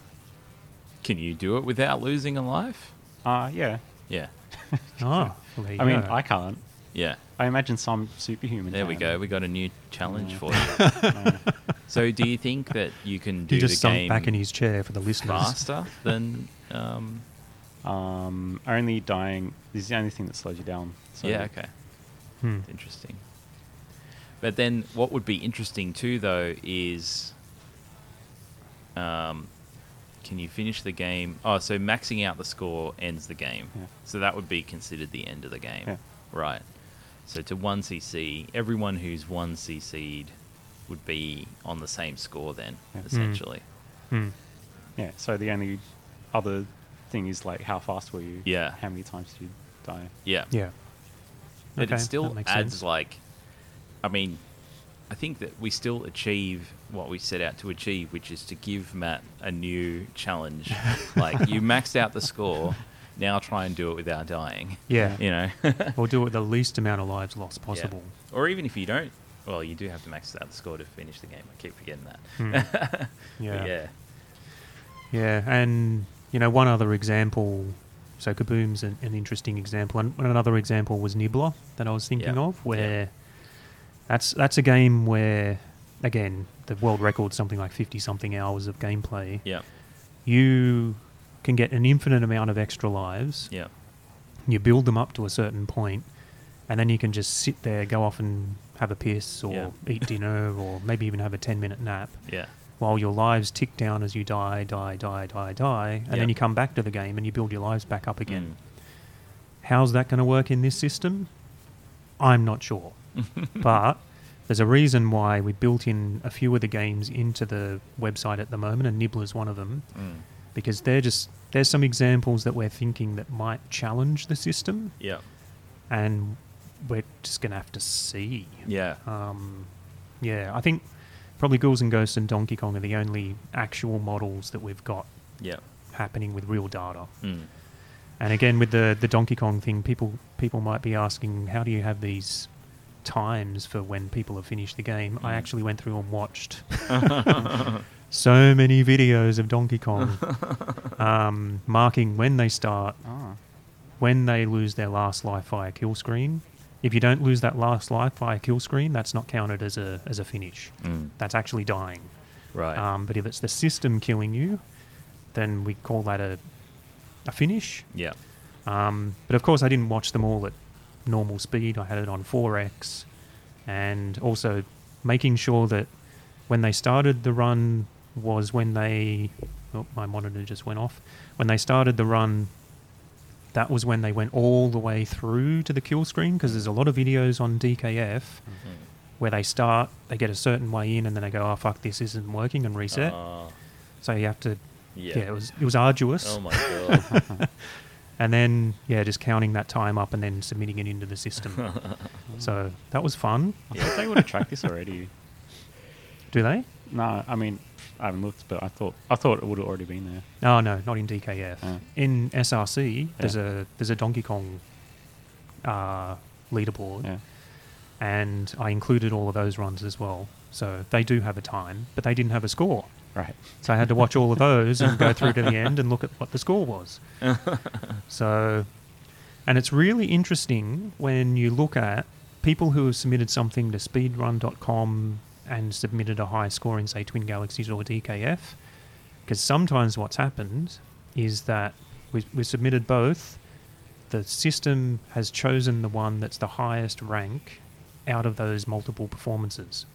Speaker 2: can you do it without losing a life?
Speaker 3: uh yeah
Speaker 2: Yeah,
Speaker 1: Ah, well, there you
Speaker 3: I mean
Speaker 1: go.
Speaker 3: I can't
Speaker 2: yeah.
Speaker 3: I imagine some superhuman
Speaker 2: There we
Speaker 3: can.
Speaker 2: go. We got a new challenge
Speaker 3: Yeah.
Speaker 2: for you.
Speaker 3: No.
Speaker 2: So, do you think that you can do
Speaker 1: He just
Speaker 2: the
Speaker 1: sunk
Speaker 2: game
Speaker 1: back in his chair for the listeners.
Speaker 2: faster than? Um,
Speaker 3: Um, only dying is the only thing that slows you down. So
Speaker 2: yeah. Okay.
Speaker 1: Hmm.
Speaker 2: Interesting. But then, what would be interesting too, though, is um, can you finish the game? Oh, so maxing out the score ends the game.
Speaker 3: Yeah.
Speaker 2: So that would be considered the end of the game,
Speaker 3: Yeah.
Speaker 2: right? So to one CC, everyone who's one CC'd would be on the same score then,
Speaker 3: Yeah. Mm.
Speaker 2: essentially.
Speaker 1: Hmm.
Speaker 3: Yeah. So the only other thing is like how fast were you?
Speaker 2: Yeah.
Speaker 3: How many times did you die?
Speaker 2: Yeah.
Speaker 1: Yeah.
Speaker 2: But
Speaker 1: Okay,
Speaker 2: it still
Speaker 1: that makes
Speaker 2: adds
Speaker 1: sense.
Speaker 2: like, I mean, I think that we still achieve what we set out to achieve, which is to give Matt a new challenge. like you maxed out the score, now try and do it without dying.
Speaker 1: Yeah.
Speaker 2: You know,
Speaker 1: We'll do it with the least amount of lives lost possible.
Speaker 2: Yeah. Or even if you don't, well, you do have to max out the score to finish the game. I keep forgetting that.
Speaker 1: Hmm.
Speaker 2: But
Speaker 1: Yeah.
Speaker 2: yeah.
Speaker 1: Yeah, and you know, one other example. So Kaboom's an, an interesting example, and another example was Nibbler that I was thinking
Speaker 2: Yeah,
Speaker 1: of, where
Speaker 2: yeah.
Speaker 1: that's that's a game where, again, the world record's something like fifty something hours of gameplay.
Speaker 2: Yeah.
Speaker 1: You can get an infinite amount of extra lives.
Speaker 2: Yeah.
Speaker 1: You build them up to a certain point, and then you can just sit there, go off and have a piss, or
Speaker 2: Yeah.
Speaker 1: eat dinner, or maybe even have a ten minute nap
Speaker 2: Yeah.
Speaker 1: while your lives tick down as you die, die, die, die, die, and
Speaker 2: Yeah.
Speaker 1: then you come back to the game and you build your lives back up again.
Speaker 2: Mm.
Speaker 1: How's that going to work in this system? I'm not sure. but there's a reason why we built in a few of the games into the website at the moment, and Nibbler's one of them,
Speaker 2: Mm.
Speaker 1: because they're just there's some examples that we're thinking that might challenge the system,
Speaker 2: Yeah.
Speaker 1: and we're just going to have to see.
Speaker 2: Yeah.
Speaker 1: Um, yeah, I think probably Ghouls and Ghosts and Donkey Kong are the only actual models that we've got
Speaker 2: Yeah.
Speaker 1: happening with real data.
Speaker 2: Mm.
Speaker 1: And again, with the the Donkey Kong thing, people people might be asking, how do you have these times for when people have finished the game? I
Speaker 2: Mm.
Speaker 1: actually went through and watched so many videos of Donkey Kong um, marking when they start,
Speaker 3: Ah.
Speaker 1: when they lose their last life via kill screen. If you don't lose that last life via kill screen, that's not counted as a as a finish.
Speaker 2: Mm.
Speaker 1: That's actually dying.
Speaker 2: Right.
Speaker 1: Um, but if it's the system killing you, then we call that a a finish.
Speaker 2: yeah.
Speaker 1: Um, but of course, I didn't watch them all at normal speed. I had it on 4x, and also making sure that when they started the run was when they. Oh, my monitor just went off. When they started the run, that was when they went all the way through to the kill screen because there's a lot of videos on DKF
Speaker 2: Mm.
Speaker 1: where they start, they get a certain way in, and then they go, "Oh fuck, this isn't working," and reset.
Speaker 2: Oh,
Speaker 1: so you have to.
Speaker 2: yeah.
Speaker 1: Yeah. it was it was arduous.
Speaker 2: Oh my god.
Speaker 1: and then yeah, just counting that time up and then submitting it into the system. so that was fun.
Speaker 3: I thought they would have tracked this already.
Speaker 1: Do they?
Speaker 3: No, I mean, I haven't looked, but I thought I thought it would have already been there.
Speaker 1: Oh no, not in DKF.
Speaker 3: Oh.
Speaker 1: In SRC, there's
Speaker 3: Yeah.
Speaker 1: a there's a Donkey Kong uh, leaderboard,
Speaker 3: Yeah.
Speaker 1: and I included all of those runs as well. So they do have a time, but they didn't have a score.
Speaker 3: Right.
Speaker 1: So I had to watch all of those and go through to the end and look at what the score was. so, and it's really interesting when you look at people who have submitted something to speedrun.com and submitted a high score in, say, Twin Galaxies or DKF, because sometimes what's happened is that we we submitted both. The system has chosen the one that's the highest rank out of those multiple performances,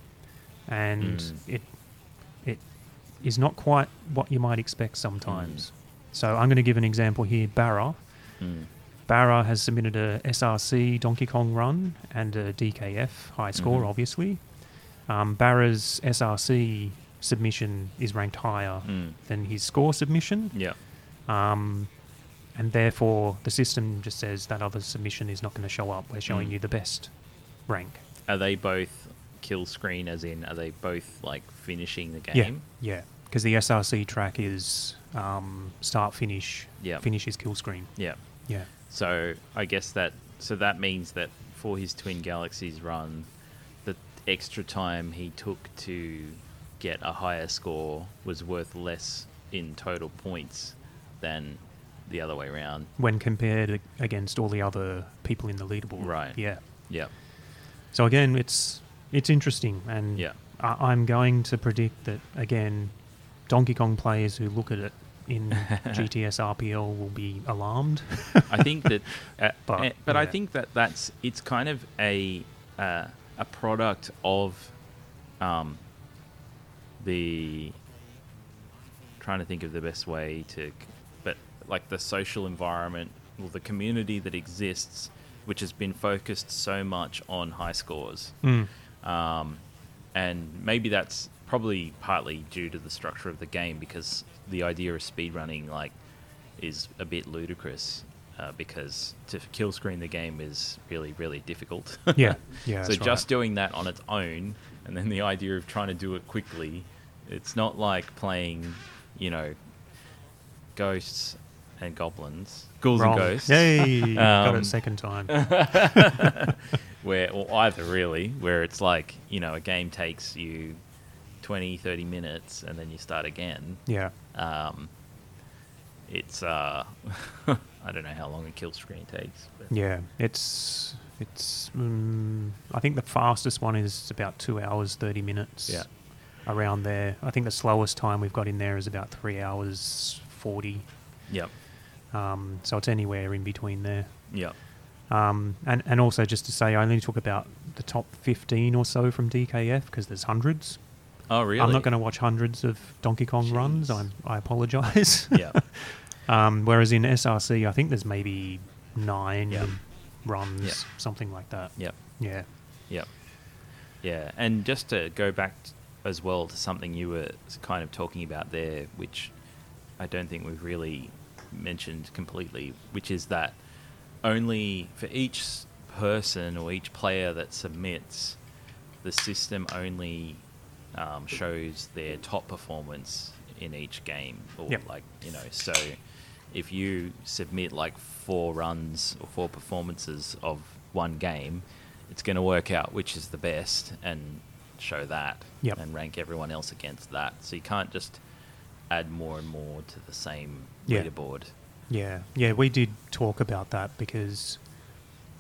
Speaker 1: and
Speaker 2: Mm.
Speaker 1: it it is not quite what you might expect sometimes. So I'm going to give an example here. Barra.
Speaker 2: Mm.
Speaker 1: Barra has submitted a SRC Donkey Kong run and a DKF high score,
Speaker 2: Mhm.
Speaker 1: obviously. Um, Barra's SRC submission is ranked higher
Speaker 2: Mm.
Speaker 1: than his score submission,
Speaker 2: Yeah.
Speaker 1: um, and therefore the system just says that other submission is not going to show up. We're showing
Speaker 2: Mm.
Speaker 1: you the best rank.
Speaker 2: Are they both kill screen? As in, are they both like finishing the
Speaker 1: Yeah,
Speaker 2: game?
Speaker 1: yeah, because the SRC track is um, start finish.
Speaker 2: Yep.
Speaker 1: finish is kill screen.
Speaker 2: Yeah.
Speaker 1: Yeah.
Speaker 2: So I guess that so that means that for his Twin Galaxies run, the extra time he took to get a higher score was worth less in total points than the other way around.
Speaker 1: when compared ag- against all the other people in the leaderboard.
Speaker 2: Right.
Speaker 1: Yeah.
Speaker 2: Yeah.
Speaker 1: So again, it's it's interesting, and
Speaker 2: Yeah.
Speaker 1: I I'm going to predict that again, Donkey Kong players who look at it in GTS RPL will be alarmed.
Speaker 2: I think that, uh,
Speaker 1: But,
Speaker 2: but, but I
Speaker 1: yeah.
Speaker 2: think that that's it's kind of a uh, a product of um, the trying to think of the best way to, c- but like the social environment or the community that exists, which has been focused so much on high scores.
Speaker 1: Mm.
Speaker 2: Um, and maybe that's probably partly due to the structure of the game because the idea of speedrunning like is a bit ludicrous uh, because to kill screen the game is really really difficult.
Speaker 1: Yeah, yeah,
Speaker 2: so
Speaker 1: that's right.
Speaker 2: just doing that on its own and then the idea of trying to do it quickly, it's not like playing, you know, ghosts and goblins, ghouls
Speaker 1: Wrong.
Speaker 2: and ghosts
Speaker 1: Yay! Got
Speaker 2: Um,
Speaker 1: it second time.
Speaker 2: where or either really where it's like you know a game takes you 20 30 minutes and then you start again
Speaker 1: yeah.
Speaker 2: um, it's uh i don't know how long a kill screen takes but
Speaker 1: Yeah, it's it's. Um, I think the fastest one is about two hours thirty minutes.
Speaker 2: Yeah.
Speaker 1: around there. I think the slowest time we've got in there is about three hours forty.
Speaker 2: yep
Speaker 1: Um, so it's anywhere in between there.
Speaker 2: yep
Speaker 1: Um, and and also just to say, I only talk about the top fifteen or so from DKF because there's hundreds.
Speaker 2: oh really
Speaker 1: I'm not going to watch hundreds of Donkey Kong runs.
Speaker 2: Jeez.
Speaker 1: I'm, I apologize.
Speaker 2: yeah
Speaker 1: Um, whereas in SRC, I think there's maybe nine
Speaker 2: Yeah.
Speaker 1: runs,
Speaker 2: Yeah.
Speaker 1: something like that.
Speaker 2: yep
Speaker 1: Yeah.
Speaker 2: Yep. Yeah, and just to go back t- as well to something you were s- kind of talking about there, which I don't think we've really mentioned completely, which is that only for each s- person or each player that submits, the system only um, shows their top performance in each game, or
Speaker 1: Yep.
Speaker 2: like you know. So if you submit like four runs or four performances of one game, it's going to work out which is the best and show that,
Speaker 1: Yep.
Speaker 2: and rank everyone else against that. So you can't just add more and more to the same
Speaker 1: Yeah.
Speaker 2: leaderboard.
Speaker 1: Yeah. Yeah. We did talk about that because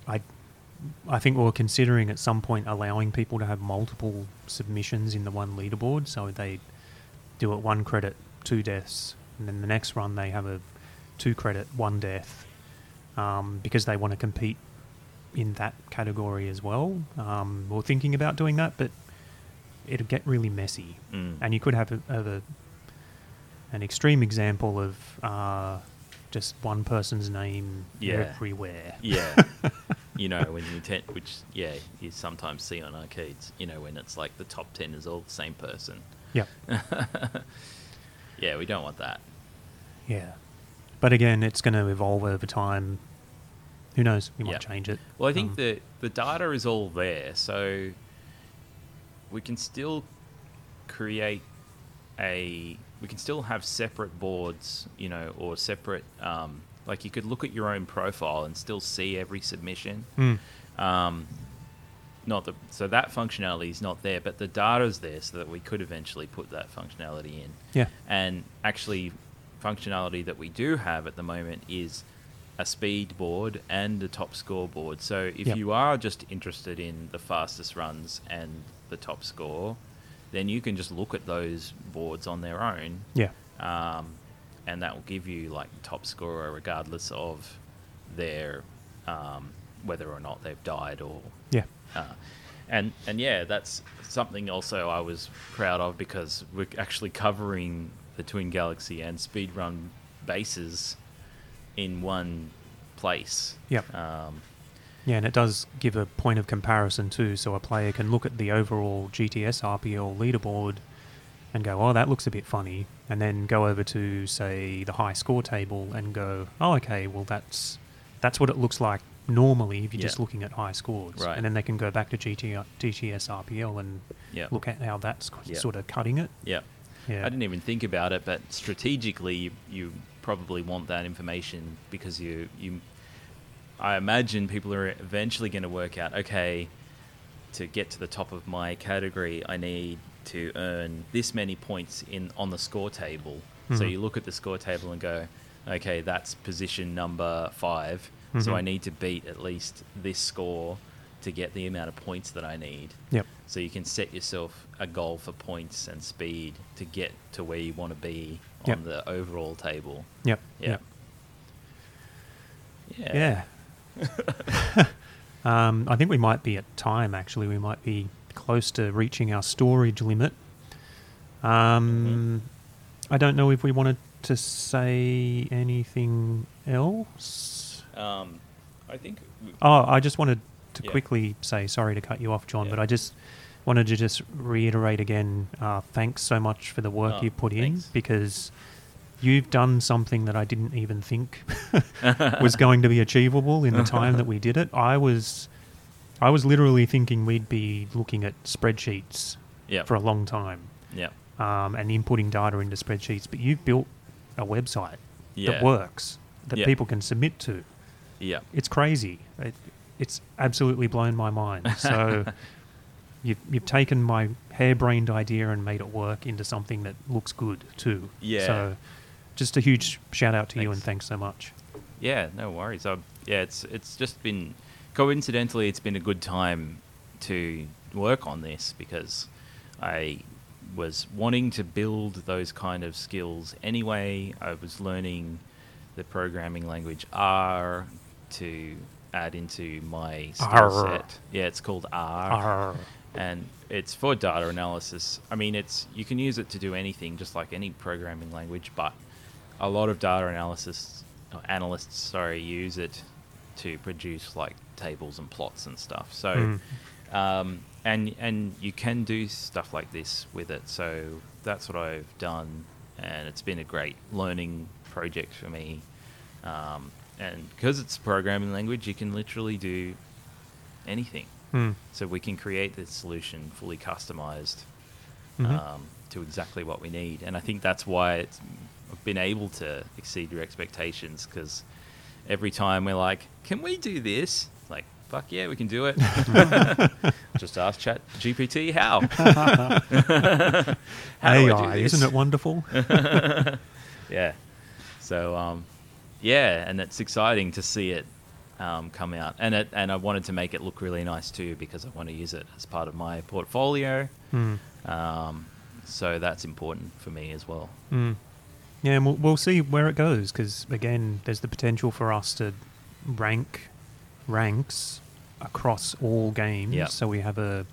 Speaker 1: I, I think we were considering at some point allowing people to have multiple submissions in the one leaderboard. So they do it one credit, two deaths, and then the next run they have a two credit, one death um, because they want to compete in that category as well. Um, we we're thinking about doing that, but it'd get really messy.
Speaker 2: Mm.
Speaker 1: And you could have a, have a an extreme example of uh, just one person's name
Speaker 2: Yeah.
Speaker 1: everywhere.
Speaker 2: Yeah. you know, when you ten, which yeah, you sometimes see on arcades. You know, when it's like the top ten is all the same person.
Speaker 1: Yep.
Speaker 2: Yeah, we don't want that.
Speaker 1: Yeah. But again, it's going to evolve over time. Who knows? We might
Speaker 2: Yeah.
Speaker 1: change it.
Speaker 2: Well, I think
Speaker 1: Um,
Speaker 2: the the data is all there, so we can still create a we can still have separate boards, you know, or separate um, like you could look at your own profile and still see every submission.
Speaker 1: Mm.
Speaker 2: Um, not the so that functionality is not there, but the data's there so that we could eventually put that functionality in.
Speaker 1: Yeah.
Speaker 2: And actually, functionality that we do have at the moment is a speed board and a top score board. So if
Speaker 1: Yep.
Speaker 2: you are just interested in the fastest runs and the top score, then you can just look at those boards on their own
Speaker 1: Yeah.
Speaker 2: um, and that will give you like the top scorer regardless of their um, whether or not they've died or
Speaker 1: Yeah.
Speaker 2: uh, and and yeah that's something also I was proud of because we're actually covering the Twin Galaxy and speedrun bases in one place.
Speaker 1: Yep.
Speaker 2: Um,
Speaker 1: Yeah, and it does give a point of comparison too, so a player can look at the overall GTS RPL leaderboard and go, "Oh, that looks a bit funny," and then go over to say the high score table and go, "Oh, okay, well that's that's what it looks like normally if you're
Speaker 2: Yeah.
Speaker 1: just looking at high scores."
Speaker 2: Right.
Speaker 1: And then they can go back to GT, GTS RPL and
Speaker 2: yeah.
Speaker 1: look at how that's
Speaker 2: Yeah.
Speaker 1: sort of cutting it.
Speaker 2: Yeah.
Speaker 1: Yeah.
Speaker 2: I didn't even think about it, but strategically, you, you probably want that information because you, you, I imagine people are eventually going to work out, okay, to get to the top of my category, I need to earn this many points in on the score table. So
Speaker 1: Mhm.
Speaker 2: you look at the score table and go, okay, that's position number 5 So
Speaker 1: Mhm.
Speaker 2: I need to beat at least this score to get the amount of points that I need.
Speaker 1: Yep.
Speaker 2: So you can set yourself a goal for points and speed to get to where you want to be
Speaker 1: Yep.
Speaker 2: on the overall table.
Speaker 1: Yep.
Speaker 2: Yeah.
Speaker 1: Yep.
Speaker 2: Yeah.
Speaker 1: Yeah. um, I think we might be at time, actually. We might be close to reaching our storage limit. Um, I don't know if we wanted to say anything else.
Speaker 2: Um, I think. w-
Speaker 1: Oh, I just wanted to
Speaker 2: Yeah.
Speaker 1: quickly say sorry to cut you off, John,
Speaker 2: Yeah.
Speaker 1: but I just wanted to just reiterate again uh, thanks so much for the work
Speaker 2: Oh,
Speaker 1: you put
Speaker 2: thanks.
Speaker 1: in because you've done something that I didn't even think was going to be achievable in the time that we did it. I was I was literally thinking we'd be looking at spreadsheets
Speaker 2: Yeah.
Speaker 1: for a long time
Speaker 2: Yeah.
Speaker 1: um, and inputting data into spreadsheets, but you've built a website
Speaker 2: Yeah.
Speaker 1: that works that
Speaker 2: Yeah.
Speaker 1: people can submit to
Speaker 2: Yeah.
Speaker 1: it's crazy. It, it's absolutely blown my mind. So you've, you've taken my harebrained idea and made it work into something that looks good too.
Speaker 2: Yeah.
Speaker 1: So just a huge shout out to you and
Speaker 2: Thanks.
Speaker 1: thanks so much.
Speaker 2: Yeah, no worries. I, yeah, it's it's just been coincidentally, it's been a good time to work on this because I was wanting to build those kind of skills anyway. I was learning the programming language R to add into my
Speaker 1: R.
Speaker 2: skill set. Yeah, it's called
Speaker 1: Arr.
Speaker 2: and it's for data analysis. I mean, it's you can use it to do anything, just like any programming language. But a lot of data analysis or analysts, sorry, use it to produce like tables and plots and stuff. So,
Speaker 1: Mm.
Speaker 2: um, and and you can do stuff like this with it. So that's what I've done, and it's been a great learning project for me. Um, and because it's a programming language, you can literally do anything.
Speaker 1: Hmm.
Speaker 2: So we can create the solution fully customized
Speaker 1: Mhm.
Speaker 2: um, to exactly what we need. And I think that's why it's I've been able to exceed your expectations because every time we're like, can we do this? Like, fuck yeah, we can do it. Just ask Chat GPT how. How do I do
Speaker 1: AI, isn't
Speaker 2: this?
Speaker 1: it wonderful?
Speaker 2: yeah. So um, yeah, and it's exciting to see it um, come out, and it and I wanted to make it look really nice too because I want to use it as part of my portfolio.
Speaker 1: Hmm.
Speaker 2: Um, so that's important for me as well.
Speaker 1: Mm. Yeah, and we'll, we'll see where it goes because again, there's the potential for us to rank ranks across all games.
Speaker 2: Yeah.
Speaker 1: So we have a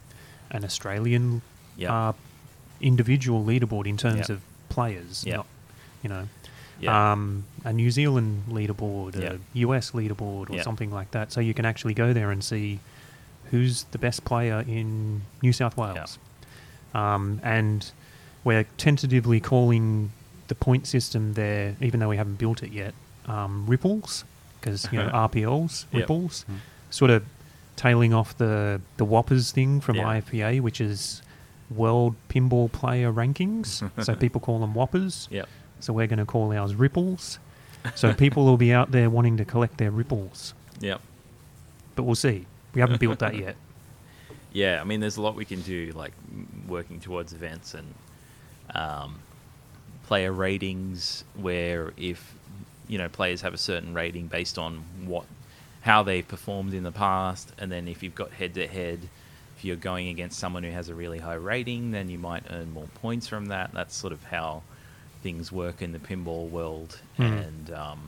Speaker 1: an Australian
Speaker 2: Yeah.
Speaker 1: uh, individual leaderboard in terms
Speaker 2: Yeah.
Speaker 1: of players.
Speaker 2: Yeah.
Speaker 1: Not, you know,
Speaker 2: Yeah.
Speaker 1: um, a New Zealand leaderboard, a US leaderboard, or
Speaker 2: Yeah.
Speaker 1: something like that. So you can actually go there and see who's the best player in New South Wales. Um, and we're tentatively calling the point system there, even though we haven't built it yet, um, ripples, because you know RPLs,
Speaker 2: Yep.
Speaker 1: ripples,
Speaker 3: Mm.
Speaker 1: sort of tailing off the the Whoppers thing from
Speaker 2: Yeah.
Speaker 1: IFPA, which is World Pinball Player Rankings. so people call them Whoppers.
Speaker 2: Yep.
Speaker 1: So we're going to call ours ripples. So people will be out there wanting to collect their ripples,
Speaker 2: Yep.
Speaker 1: but we'll see. We haven't built that yet.
Speaker 2: Yeah. I mean, there's a lot we can do, like m- working towards events and um, player ratings, where if you know players have a certain rating based on what how they've performed in the past, and then if you've got head to head, if you're going against someone who has a really high rating, then you might earn more points from that. That's sort of how things work in the pinball world,
Speaker 1: Mhm.
Speaker 2: and um,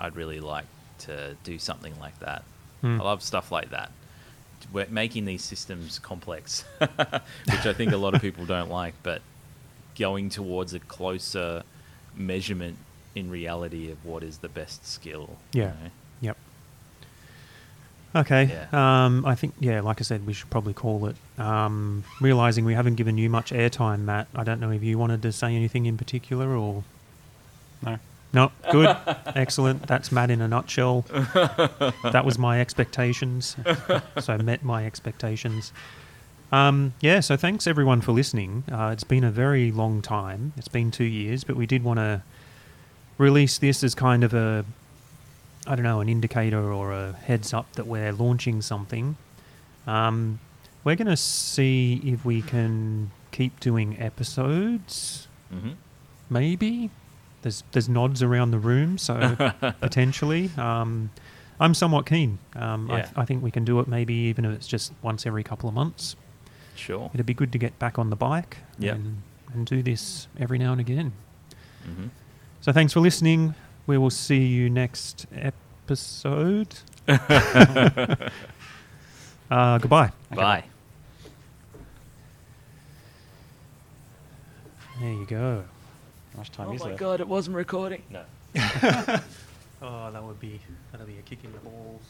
Speaker 2: I'd really like to do something like that.
Speaker 1: Mm.
Speaker 2: I love stuff like that. We're making these systems complex, which I think a lot of people don't like, but going towards a closer measurement in reality of what is the best skill. you
Speaker 1: Hmm. Yeah.
Speaker 2: know?
Speaker 1: Yep. Okay.
Speaker 2: Yeah.
Speaker 1: Um, I think yeah, like I said, we should probably call it. Um, realizing we haven't given you much airtime, Matt. I don't know if you wanted to say anything in particular or
Speaker 3: No.
Speaker 1: no. Good. Excellent. That's Matt in a nutshell. that was my expectations. so I met my expectations. Um, yeah, so thanks everyone for listening. Uh, it's been a very long time. It's been two years, but we did want to release this as kind of a, I don't know, an indicator or a heads up that we're launching something. Um, we're going to see if we can keep doing episodes,
Speaker 2: Mhm.
Speaker 1: maybe. There's, there's nods around the room, so potentially. Um, I'm somewhat keen. Um,
Speaker 2: Yeah.
Speaker 1: I, I think we can do it maybe even if it's just once every couple of months.
Speaker 2: Sure.
Speaker 1: It'd be good to get back on the bike
Speaker 2: Yep.
Speaker 1: and, and do this every now and again.
Speaker 2: Mm-hmm.
Speaker 1: So thanks for listening. We will see you next episode. uh, goodbye.
Speaker 2: Bye.
Speaker 1: There you go.
Speaker 3: How much
Speaker 2: Oh
Speaker 3: time is left?
Speaker 2: god, it wasn't recording. No.
Speaker 1: Oh, that would be that'd be a kick in the balls.